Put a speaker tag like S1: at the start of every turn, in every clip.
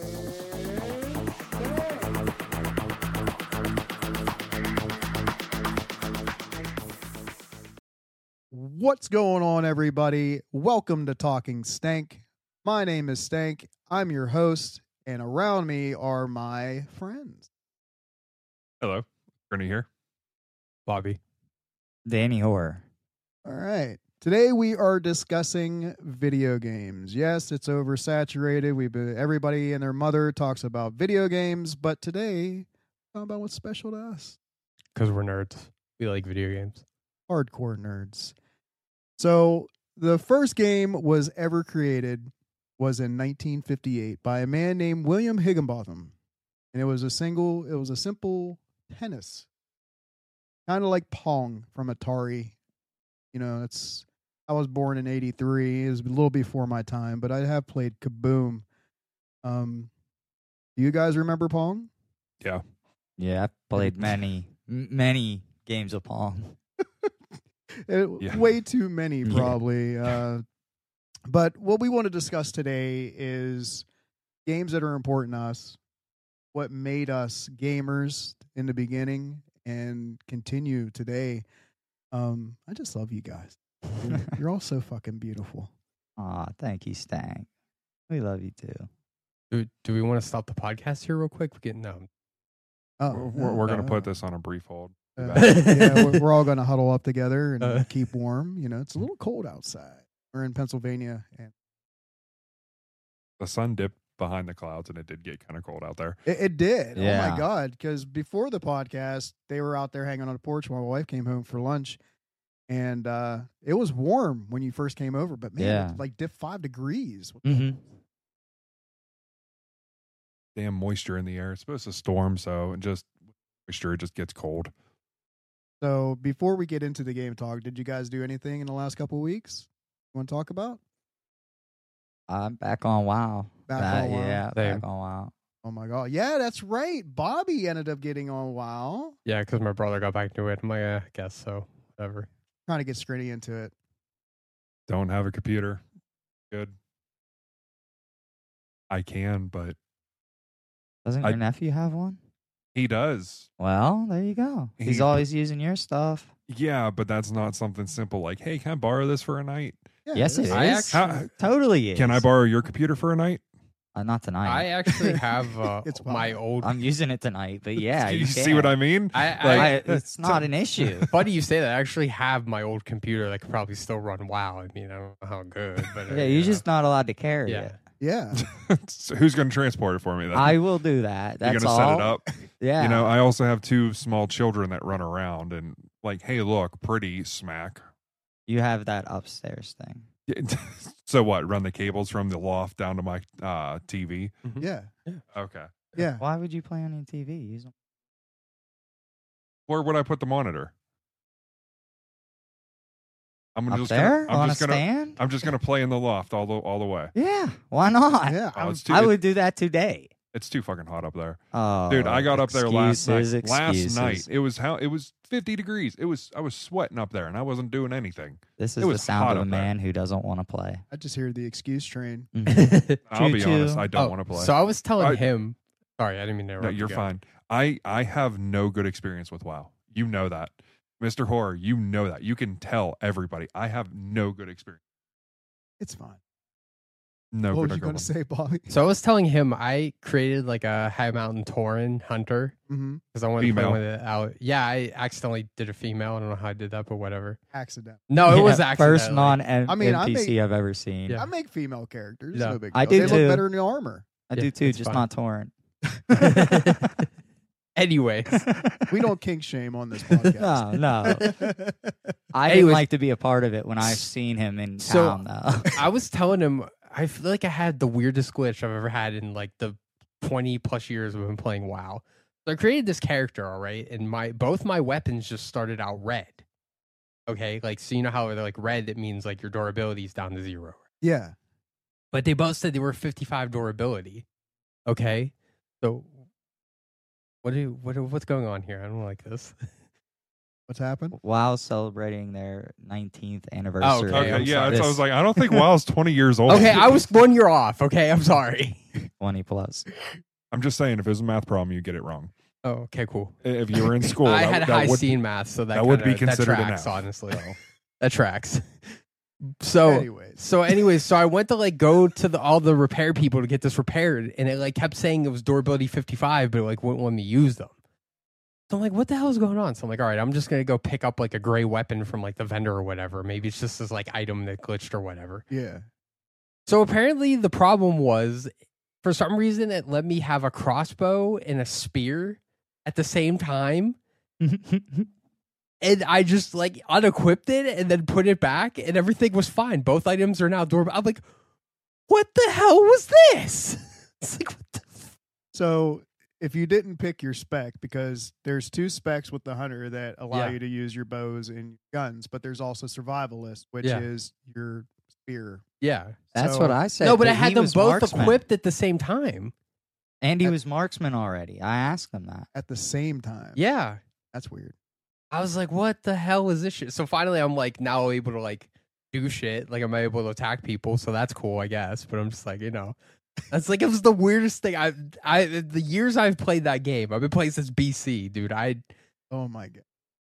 S1: talking Smack.
S2: What's going on, everybody? Welcome to Talking Stank. My name is Stank. I'm your host, and around me are my friends.
S3: Hello, Ernie here. Bobby.
S4: Danny Orr.
S2: All right. Today we are discussing video games. Yes, it's oversaturated. We have everybody and their mother talks about video games, but today we're talking about what's special to us.
S3: Because we're nerds. We like video games.
S2: hardcore nerds. So the first game was ever created was in 1958 by a man named William Higginbotham, and it was a single. It was a simple tennis, kind of like Pong from Atari. You know, it's. I was born in '83. It was a little before my time, but I have played Kaboom. Um, do you guys remember Pong?
S4: Yeah, I played many, m- many games of Pong.
S2: It-
S3: Yeah.
S2: Uh,
S3: Mm-hmm.
S2: way too many
S4: Yeah.
S2: probably uh, but what we want to discuss today is games that are important to us what made us gamers in the beginning and continue today um, i just love you guys You're- you're all so fucking beautiful
S4: Aw, thank you, Stank. We love you too.
S5: Do, do we want to stop the podcast here real quick? We um, get no.
S2: oh,
S3: We're, we're, we're going to
S2: uh,
S3: put this on a brief hold.
S2: uh,
S3: back.
S2: yeah, we're, we're all going to huddle up together and
S5: Uh.
S2: keep warm you know it's a little cold outside we're in pennsylvania and
S3: The sun dipped behind the clouds and it did get kind of cold out there.
S2: It, it did. Oh my
S4: Yeah.
S2: god! Because before the podcast, they were out there hanging on the porch while my wife came home for lunch, and uh, it was warm when you first came over. But man,
S4: Yeah.
S2: it like dipped five degrees.
S4: Mm-hmm.
S3: Damn moisture in the air. It's supposed to storm, so it just moisture it just gets cold.
S2: So before we get into the game talk, did you guys do anything in the last couple weeks? You want to talk about?
S4: I'm back on WoW.
S2: Back
S4: That-
S2: on WoW.
S4: Yeah,
S5: Same.
S4: back on WoW.
S2: Oh my god! Yeah, that's right. Bobby ended up getting on WoW,
S5: Yeah, because my brother got back to it. I'm like, eh, I guess so. Whatever.
S2: trying to get Scritty into it.
S3: Don't have a computer. Good. I can, but
S4: Doesn't
S3: I-
S4: your nephew have one?
S3: he does.
S4: Well, there you go. He's
S3: He-
S4: always using your stuff.
S3: Yeah, but that's not something simple like, hey, can I borrow this for a night?
S2: Yeah,
S4: yes, it is.
S2: that's-
S5: I
S3: How-
S4: totally is.
S3: can I borrow your computer for a night?
S4: Uh, not
S5: I
S4: tonight.
S5: actually have uh,
S2: It's
S5: my
S2: wild.
S5: old.
S4: I'm using it tonight, but yeah,
S3: Do
S4: you,
S3: you see what
S4: can.
S3: I mean?
S5: I, I,
S4: I- it's not an issue.
S5: funny you say that. I actually have my old computer that could probably still run WoW. I mean, I don't know how good, but uh,
S4: Yeah, you're
S5: know.
S4: just not allowed to carry
S5: yeah.
S4: it.
S2: Yeah.
S3: So who's going to transport it for me? Then?
S4: I will do that.
S3: You're
S4: That's
S3: gonna
S4: all.
S3: set it up.
S4: Yeah.
S3: You know, I also have two small children that run around and like, hey, look, pretty smack.
S4: you have that upstairs thing.
S3: so what? Run the cables from the loft down to my uh, TV.
S2: Yeah.
S3: Okay.
S2: Yeah.
S4: Why would you play on your TV? Use 'em.
S3: Where would I put the monitor? I'm
S4: up
S3: just
S4: there
S3: gonna. I'm
S4: on
S3: just
S4: a
S3: gonna.
S4: stand?
S3: I'm just gonna play in the loft all the all the way.
S4: yeah, why not?
S2: Yeah.
S3: Oh, it's too.
S4: I
S3: it-
S4: would do that today.
S3: it's too fucking hot up there,
S4: Oh,
S3: dude. I got up there last night.
S4: excuses,
S3: Last
S4: excuses.
S3: night it was how it was 50 degrees. It was I was sweating up there and I wasn't doing anything.
S4: This
S3: it
S4: is the
S3: was hot
S4: sound of a
S3: up there.
S4: man who doesn't want to play. Mm-hmm.
S2: I just hear the excuse train.
S3: I'll be
S4: Choo-choo.
S3: honest. I don't
S5: Oh,
S3: want to play.
S5: So I was telling
S3: I-
S5: him. Sorry, I didn't mean to interrupt.
S3: No,
S5: you
S3: you're
S5: guys.
S3: fine. I I have no good experience with WoW. You know that, Mister Horror. You know that. You can tell everybody. I have no good experience.
S2: It's fine.
S3: No
S2: what
S3: good.
S2: were you going to say, Bobby?
S5: So I was telling him I created like a High Mountain Tauren hunter
S2: hmm
S5: because I wanted
S3: Female.
S5: to play with it out. Yeah, I accidentally did a female. I don't know how I did that, but whatever.
S2: Accident.
S5: No, it
S4: Yeah,
S5: was accidentally.
S4: first non N-
S2: I mean, I
S4: NPC
S2: may-
S4: I've ever seen.
S5: Yeah.
S2: I make female characters.
S5: Yeah.
S2: No big
S4: I
S2: deal.
S4: do
S2: They look
S4: too.
S2: better in the armor.
S4: I
S5: Yeah,
S4: do too,
S5: it's
S4: just
S5: fine.
S4: not torrent.
S5: Anyway,
S2: We don't kink shame on this podcast.
S4: no, no.
S5: uh,
S4: I didn't
S5: Anyways.
S4: like to be a part of it when I've seen him in
S5: So-
S4: town though.
S5: I was telling him I feel like I had the weirdest glitch I've ever had in like the twenty plus years we've been playing WoW. So I created this character, all right, and my both my weapons just started out red. Okay, like so you know how they're like red, it means like your durability is down to zero,
S2: yeah.
S5: but they both said they were 55 durability. Okay, so what do you, what what's going on here? I don't like this.
S2: What's happened?
S4: Wow, celebrating their 19th anniversary.
S5: Oh, Okay,
S3: Okay,
S5: I'm
S3: yeah.
S5: sorry.
S3: that's- I
S4: This-
S3: Oh. was like, I don't think WoW's 20 years old.
S5: Okay, I was one year off. Okay, I'm sorry.
S4: twenty plus.
S3: I'm just saying, if it was a math problem, you get it wrong.
S5: Oh, okay, cool.
S3: I- If you were in school,
S5: I
S3: that-
S5: had
S3: that
S5: high
S3: would-
S5: scene math, so that,
S3: that would
S5: kinda-
S3: be considered
S5: that
S3: an F.
S5: tracks, honestly. that tracks. So
S2: anyways,
S5: so anyways, so I went to like go to the, all the repair people to get this repaired, and it like kept saying it was durability fifty five, but it like wouldn't let me use them. So I'm like, what the hell is going on? So I'm like, all right, I'm just gonna go pick up like a gray weapon from like the vendor or whatever. Maybe it's just this like item that glitched or whatever.
S2: yeah,
S5: So apparently the problem was for some reason it let me have a crossbow and a spear at the same time. And I just like unequipped it and then put it back and everything was fine. Both items are now durable. I'm like, what the hell was this? It's like what the f-
S2: So if you didn't pick your spec, because there's two specs with the hunter that allow
S5: Yeah.
S2: you to use your bows and guns, but there's also survivalist, which
S5: Yeah.
S2: is your spear.
S5: Yeah.
S4: That's
S2: So-
S4: what I said.
S5: no, but I
S4: he
S5: had them
S4: was
S5: both
S4: marksman.
S5: equipped at the same time.
S4: and he was marksman already. I asked him that.
S2: At the same time.
S5: Yeah.
S2: That's weird.
S5: I was like, what the hell is this shit? So finally, I'm like now able to like do shit. Like I'm able to attack people, so that's cool, I guess. But I'm just like, you know, that's like it was the weirdest thing. I, I, the years I've played that game, I've been playing since BC, dude. I,
S2: Oh my god.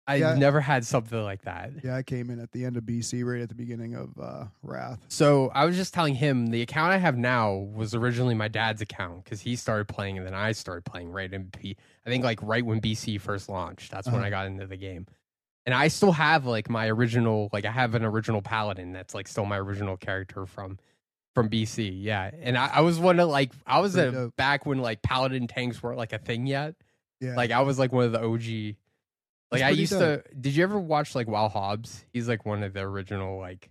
S5: I
S2: Yeah.
S5: have never had something like that.
S2: Yeah, I came in at the end of BC, right at the beginning of uh, Wrath.
S5: So I was just telling him the account I have now was originally my dad's account because he started playing and then I started playing right in B. I think like right when BC first launched. That's when
S2: Uh-huh.
S5: I got into the game, and I still have like my original like I have an original paladin that's like still my original character from from BC. Yeah, and I, I was one of like I was
S2: Pretty
S5: a,
S2: dope.
S5: back when like paladin tanks weren't like a thing yet.
S2: Yeah.
S5: Like I was like one of the OG. Like
S2: That's
S5: I
S2: pretty
S5: used to. Did you ever watch like Wow Hobbs? He's like one of the original like.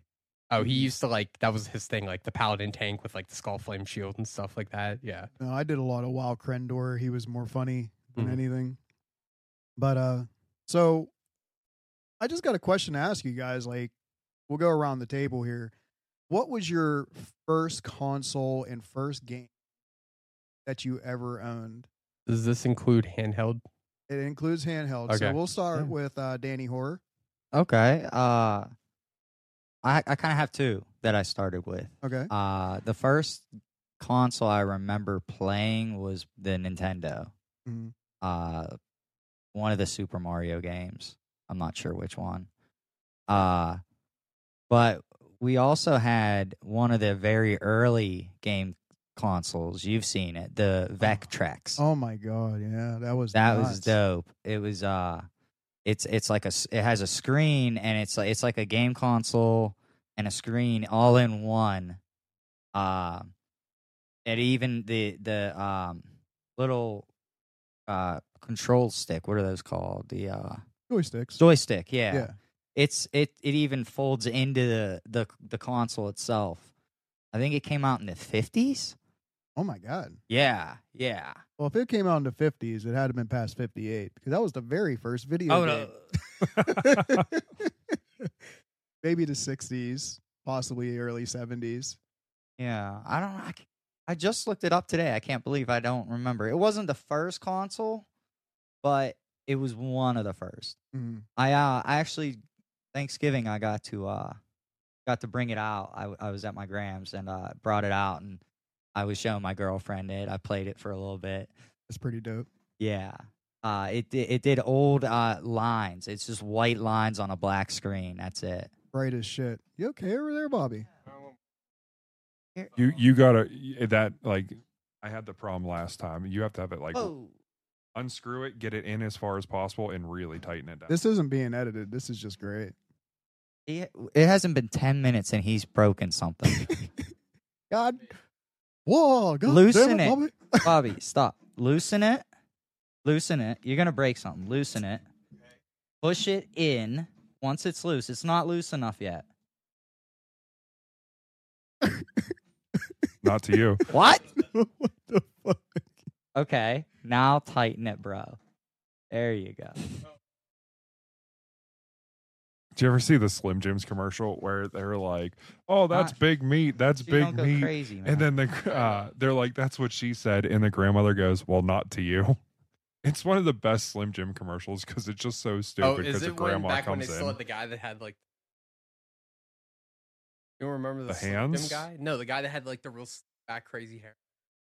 S5: Oh, he used to like that was his thing, like the paladin tank with like the skull flame shield and stuff like that. Yeah,
S2: No, I did a lot of Wild Krendor. He was more funny than
S4: Mm-hmm.
S5: Mhm.
S2: anything. But uh so I just got a question to ask you guys. Like, we'll go around the table here. What was your first console and first game that you ever owned?
S5: does this include handheld?
S2: It includes handheld. So
S5: Okay.
S2: we'll start
S4: Yeah.
S2: with uh Danny Horror.
S4: Okay. Uh, I I kind of have two that I started with.
S2: Okay.
S4: Uh, the first console I remember playing was the Nintendo.
S2: Mhm.
S4: Uh, one of the Super Mario games. I'm not sure which one. Uh, but we also had one of the very early game consoles. You've seen it, the Vectrex.
S2: Oh my god, yeah. That was
S4: That was
S2: nuts.
S4: dope. It was uh it's it's like a s- it has a screen and it's like it's like a game console and a screen all in one. Um and even the the um little uh control stick, what are those called? The uh
S2: joysticks.
S4: joystick, yeah.
S2: yeah.
S4: It's it it even folds into the the the console itself. I think it came out in the 50s?
S2: Oh my god.
S4: Yeah. Yeah.
S2: Well, if it came out in the fifties, it had to been past fifty eight because that was the very first video
S4: Oh
S2: game.
S4: no.
S2: maybe the sixties, possibly early seventies.
S4: Yeah, I don't. I, c- I just looked it up today. I can't believe I don't remember. It wasn't the first console, but it was one of the first.
S2: Mm,
S4: I uh, I actually Thanksgiving I got to uh got to bring it out. I w- I was at my Grams and uh brought it out and I was showing my girlfriend it. I played it for a little bit.
S2: That's pretty dope.
S4: Yeah. Uh, it di- it did old uh lines. It's just white lines on a black screen. That's it.
S2: Bright as shit. You okay over there, Bobby?
S3: you you gotta that like. I had the problem last time. You have to have it like
S4: Whoa.
S3: unscrew it, get it in as far as possible, and really tighten it down.
S2: This isn't being edited. This is just great.
S4: It, it hasn't been ten minutes and he's broken something.
S2: God, whoa, God
S4: Loosen
S2: damn it,
S4: it.
S2: Bobby.
S4: Bobby, stop. Loosen it. Loosen it. You're gonna break something. Loosen it. Push it in. Once it's loose, it's not loose enough yet.
S3: Not to you.
S4: What?
S2: what the fuck?
S4: Okay. Now tighten it, bro. There you go.
S3: Do you ever see the Slim Jims commercial where they're like, "Oh, that's
S4: Not-
S3: big meat. That's
S4: You
S3: big
S4: don't go
S3: meat,"
S4: crazy, man.
S3: and then the uh, they're like, "That's what she said," and the grandmother goes, "Well, not to you." It's one of the best Slim Jim commercials because it's just so
S5: Oh,
S3: stupid
S5: is
S3: because the
S5: it when
S3: grandma
S5: back when
S3: comes
S5: they
S3: in.
S5: still had the guy that had like? You don't remember the,
S3: The
S5: Slim Jim
S3: hands?
S5: guy? No, the guy that had like the real slick back crazy hair.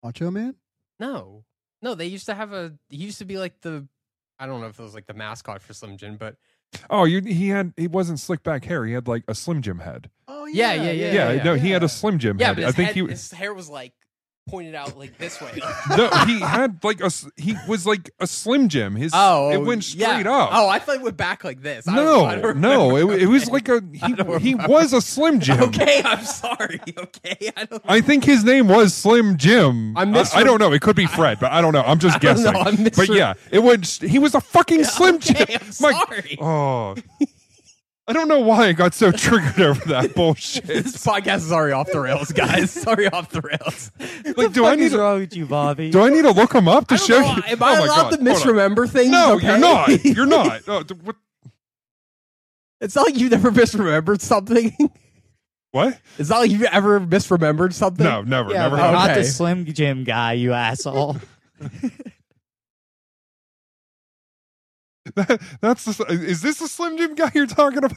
S2: Macho Man?
S5: No, no, they used to have a. He used to be like the. I don't know if it was like the mascot for Slim Jim, but
S3: Oh, you, he had he wasn't slick back hair. He had like a Slim Jim head.
S2: Oh
S5: Yeah, yeah, yeah,
S3: Yeah,
S5: yeah,
S3: no, he had
S2: yeah.
S3: a Slim Jim
S5: yeah,
S3: head.
S5: but
S3: I
S5: his,
S3: think
S5: head-
S3: he was.
S5: his hair was like pointed out like this way.
S3: no, he had like a s- he was like a Slim Jim. His
S5: oh,
S3: it went
S5: yeah.
S3: straight up.
S5: Oh, I thought it went back like this. I
S3: no,
S5: don't- I don't
S3: no,
S5: remember.
S3: it, it was like a
S5: I don't
S3: he, he
S5: remember.
S3: was a Slim Jim.
S5: Okay, I'm sorry. Okay, I don't.
S3: I think his name was Slim Jim.
S5: I
S3: I,
S5: misrem-
S3: I don't know. It could be Fred, but I don't know. I'm just
S5: I don't know.
S3: guessing.
S5: I
S3: But
S5: misrem-
S3: yeah, it was. He was a fucking Slim
S5: okay,
S3: Jim.
S5: I'm
S3: My-
S5: sorry.
S3: Oh, I don't know why I got so triggered over that bullshit.
S5: This podcast is already off the rails, guys. Sorry, off the rails.
S3: Like, do I need to,
S4: wrong with you, Bobby?
S3: do I need to look him up to
S5: I don't
S3: show
S5: know,
S3: you?
S5: Am I
S3: oh my
S5: allowed
S3: God.
S5: to
S3: Hold on.
S5: misremember things?
S3: No,
S5: okay?
S3: you're not. You're not. Oh, th- what?
S5: it's not like you've never misremembered something.
S3: what?
S5: It's not like you've ever misremembered something.
S3: No, never,
S4: yeah,
S3: never.
S4: but
S5: no.
S3: happened.
S4: not the
S5: Okay.
S4: Slim Jim guy, you asshole.
S3: That, that's the, is this the Slim Jim guy you're talking about?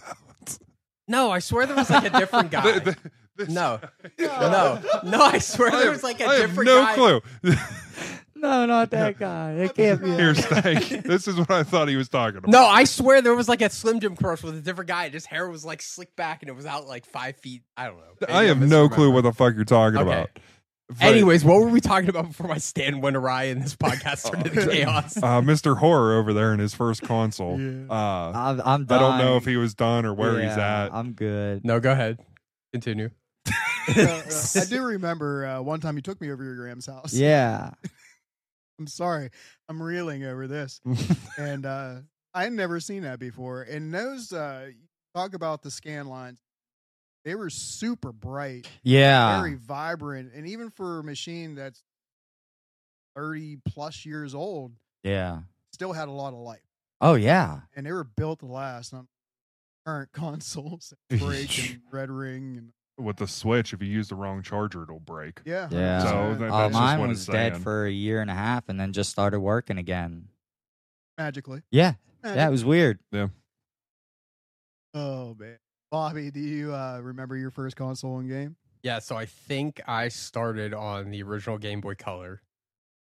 S5: no, I swear there was like a different guy.
S3: The- the- this-
S5: No. no, no, I swear
S3: I
S5: there
S3: have,
S5: was like a
S3: I have
S5: different
S3: no
S5: guy.
S3: clue.
S4: no, not that guy. It can't be.
S3: Here, Stank. This is what I thought he was talking about.
S5: No, I swear there was like a Slim Jim commercial with a different guy. and His hair was like slicked back and it was out like five feet. I don't know. Maybe
S3: I
S5: I
S3: have no
S5: misremembered.
S3: clue what the fuck you're talking
S5: Okay.
S3: about. But,
S5: Anyways, what were we talking about before my stand went awry and this podcast turned into
S3: okay.
S5: chaos?
S3: uh, Mr. Horror over there in his first console.
S2: Yeah.
S3: Uh,
S4: I'm, I'm
S3: I
S4: done.
S3: don't know if he was done or where he's
S4: Yeah,
S3: at.
S4: I'm good.
S5: No, go ahead. Continue.
S2: I do remember uh, one time you took me over your Graham's house.
S4: Yeah.
S2: I'm sorry. I'm reeling over this. and uh, I'd never seen that before. And those, uh, talk about the scan lines, they were super bright,
S4: Yeah.
S2: very vibrant. And even for a machine that's 30 plus years old,
S4: Yeah.
S2: still had a lot of light.
S4: Oh, yeah.
S2: And they were built to last on current consoles, break and Red Ring. And,
S3: With the Switch, if you use the wrong charger, it'll break.
S2: yeah.
S4: Yeah.
S3: So
S2: 100%.
S3: that-
S4: Uh,
S3: that's just
S4: mine
S3: what
S4: was
S3: it's
S4: dead
S3: saying.
S4: for a year and a half and then just started working again.
S2: magically.
S4: Yeah. Yeah, it
S2: Magically.
S4: was weird.
S2: Oh, man. Bobby, do you uh, remember your first console and game?
S5: Yeah, so I think I started on the original Game Boy Color.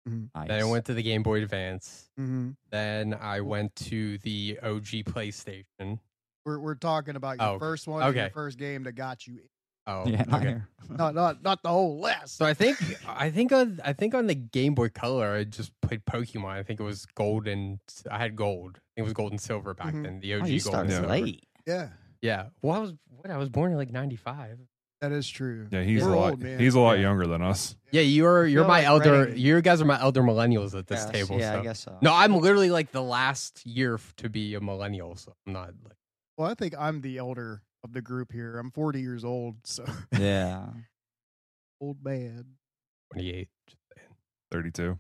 S4: Nice.
S5: Then I went to the Game Boy Advance.
S2: Mm-hmm.
S5: Then I went to the OG PlayStation.
S2: We're we're talking about your
S5: Oh, okay.
S2: first one, and your
S5: Okay.
S2: first game that got you.
S5: Oh,
S4: Yeah, not
S5: okay.
S4: here.
S2: Not not not the whole list.
S5: So I think I think on I think on the Game Boy Color I just played Pokemon. I think it was gold and I had gold. I think it was gold and silver back
S2: Mhm.
S5: then. The OG
S4: Oh, you
S5: gold
S4: started
S5: and silver.
S4: late.
S2: yeah,
S5: Yeah. Well, I was what I was born in like '95.
S2: that is true.
S3: Yeah, he's
S2: We're
S3: a lot.
S2: old, man.
S3: he's a lot
S5: Yeah.
S3: younger than us.
S5: Yeah, you're you're
S4: feel
S5: my
S4: like
S5: elder.
S4: Reading-
S5: You guys are my elder millennials at this
S4: Yes,
S5: table.
S4: Yeah,
S5: so.
S4: I guess so.
S5: No, I'm literally like the last year f- to be a millennial, so I'm not like.
S2: Well, I think I'm the elder of the group here. I'm 40 years old, so
S4: Yeah.
S2: old man.
S5: 28.
S3: 32.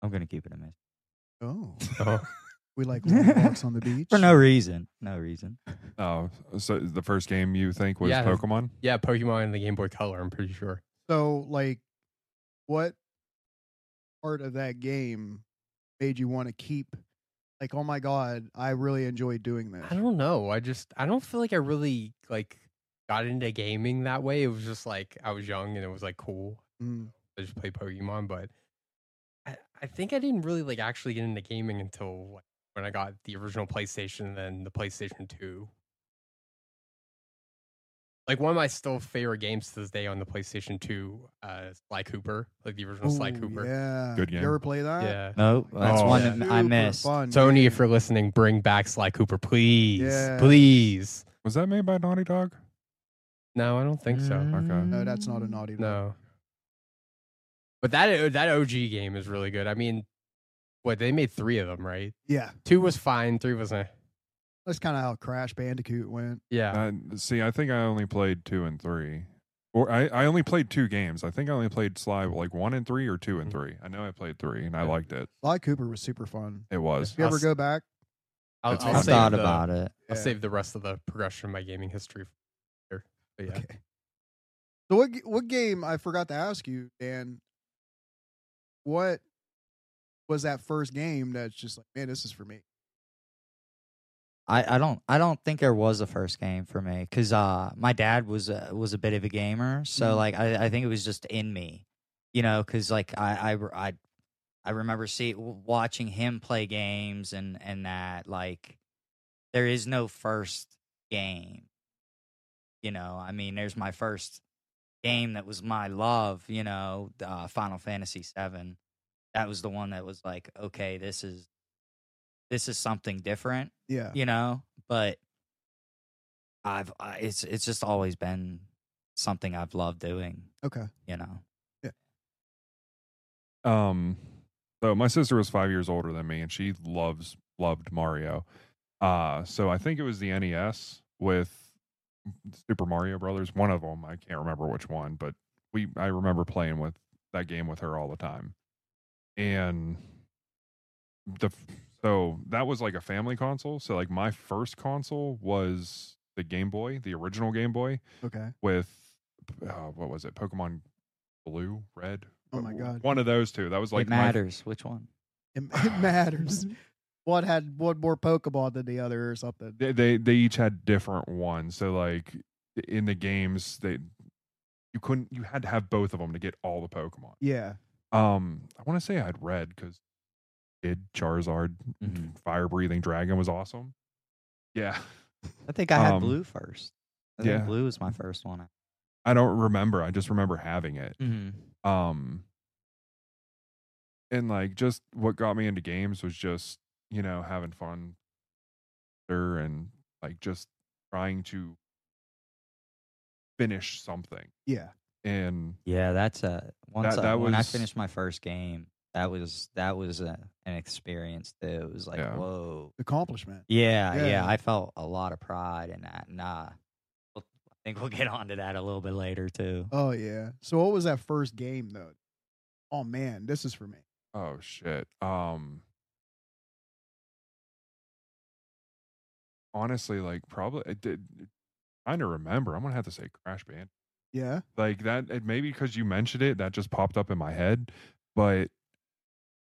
S4: I'm going to keep it a minute.
S2: Oh,
S5: Oh.
S2: we like long walks on the beach.
S4: For no reason. No reason.
S3: Oh, so the first game you think was
S5: Yeah.
S3: Pokemon?
S5: Yeah, Pokemon and the Game Boy Color, I'm pretty sure.
S2: So, like, what part of that game made you want to keep? Like, oh my god, I really enjoyed doing this.
S5: I don't know. I just I don't feel like I really like got into gaming that way. It was just like I was young and it was like cool.
S2: Mm.
S5: I just played Pokemon, but I, I think I didn't really like actually get into gaming until like, when I got the original PlayStation and then the PlayStation 2. Like one of my still favorite games to this day on the PlayStation 2, uh Sly Cooper, like the original Sly
S2: Ooh,
S5: Cooper.
S2: Yeah,
S3: Good
S2: You
S3: game.
S2: ever play that?
S5: Yeah.
S4: No, that's
S3: Oh,
S4: one
S5: yeah.
S4: that I
S2: Super
S4: missed.
S2: fun
S5: Sony,
S2: game.
S5: if you're listening, bring back Sly Cooper, please.
S2: Yes.
S5: Please.
S3: Was that made by Naughty Dog?
S5: No, I don't think so.
S3: Okay.
S2: No, that's not a naughty. Dog.
S5: Mm, No. But that that OG game is really good. I mean, what they made three of them, right?
S2: Yeah,
S5: Two was fine, three was eh.
S2: that's kind of how Crash Bandicoot went.
S5: yeah.
S3: Uh, see, I think I only played two and three, or I, I only played two games. I think I only played Sly like one and three or two and three. I know I played three and I liked it.
S2: Sly Cooper was super fun.
S3: It was.
S2: If you ever
S5: Us-
S2: go back,
S5: I'll,
S3: That's
S5: I'll
S4: I
S3: awesome.
S5: save
S4: thought
S5: the,
S4: about it.
S5: I'll
S2: Yeah.
S5: save the rest of the progression of my gaming history for later. But yeah.
S2: Okay. So what g- what game I forgot to ask you, Dan? What was that first game that's just like, man, this is for me?
S4: I, I don't I don't think there was a first game for me because uh my dad was a, was a bit of a gamer so
S2: Mhm.
S4: like I, I think it was just in me you know because like I I re- I, I remember see w- watching him play games and and that like there is no first game you know I mean there's my first game that was my love you know uh, Final Fantasy Seven that was the one that was like okay this is this is something different
S2: Yeah.
S4: you know but i've I, it's it's just always been something i've loved doing
S2: Okay.
S4: you know
S3: Um, so my sister was five years older than me, and she loves loved Mario. Uh, so I think it was the NES with Super Mario Brothers, one of them. I can't remember which one, but we I remember playing with that game with her all the time, and the f- so that was like a family console. So like my first console was the Game Boy, the original Game Boy
S2: Okay.
S3: with uh, what was it? Pokemon Blue, Red.
S2: Oh my
S3: Uh,
S2: God.
S3: One of those two. That was like
S4: it
S3: my
S4: matters which one
S2: It, it matters. One had one more Pokeball than the other or something.
S3: they, they they each had different ones. So like in the games, they you couldn't you had to have both of them to get all the Pokemon.
S2: Yeah.
S3: Um, I want to say I had red because did Charizard
S4: Mhm.
S3: fire breathing dragon was awesome. Yeah,
S4: i think i had
S3: Um,
S4: blue first i think
S3: yeah.
S4: blue was my first one
S3: I don't remember. I just remember having it.
S4: mm-hmm.
S3: um and like just what got me into games was just you know having fun there and like just trying to finish something
S2: Yeah.
S3: and
S4: yeah that's a once
S3: That-
S4: I,
S3: that
S4: when i
S3: was-
S4: finished my first game that was that was a, an experience too it was like
S3: Yeah.
S4: whoa
S2: Accomplishment.
S4: yeah, yeah
S2: Yeah.
S4: i felt a lot of pride in that and uh, i think we'll get onto that a little bit later too
S2: Oh yeah. So what was that first game though? Oh man, this is for me.
S3: oh shit um honestly like probably it did trying to remember i'm gonna have to say crash band
S2: Yeah.
S3: like that it maybe because you mentioned it that just popped up in my head but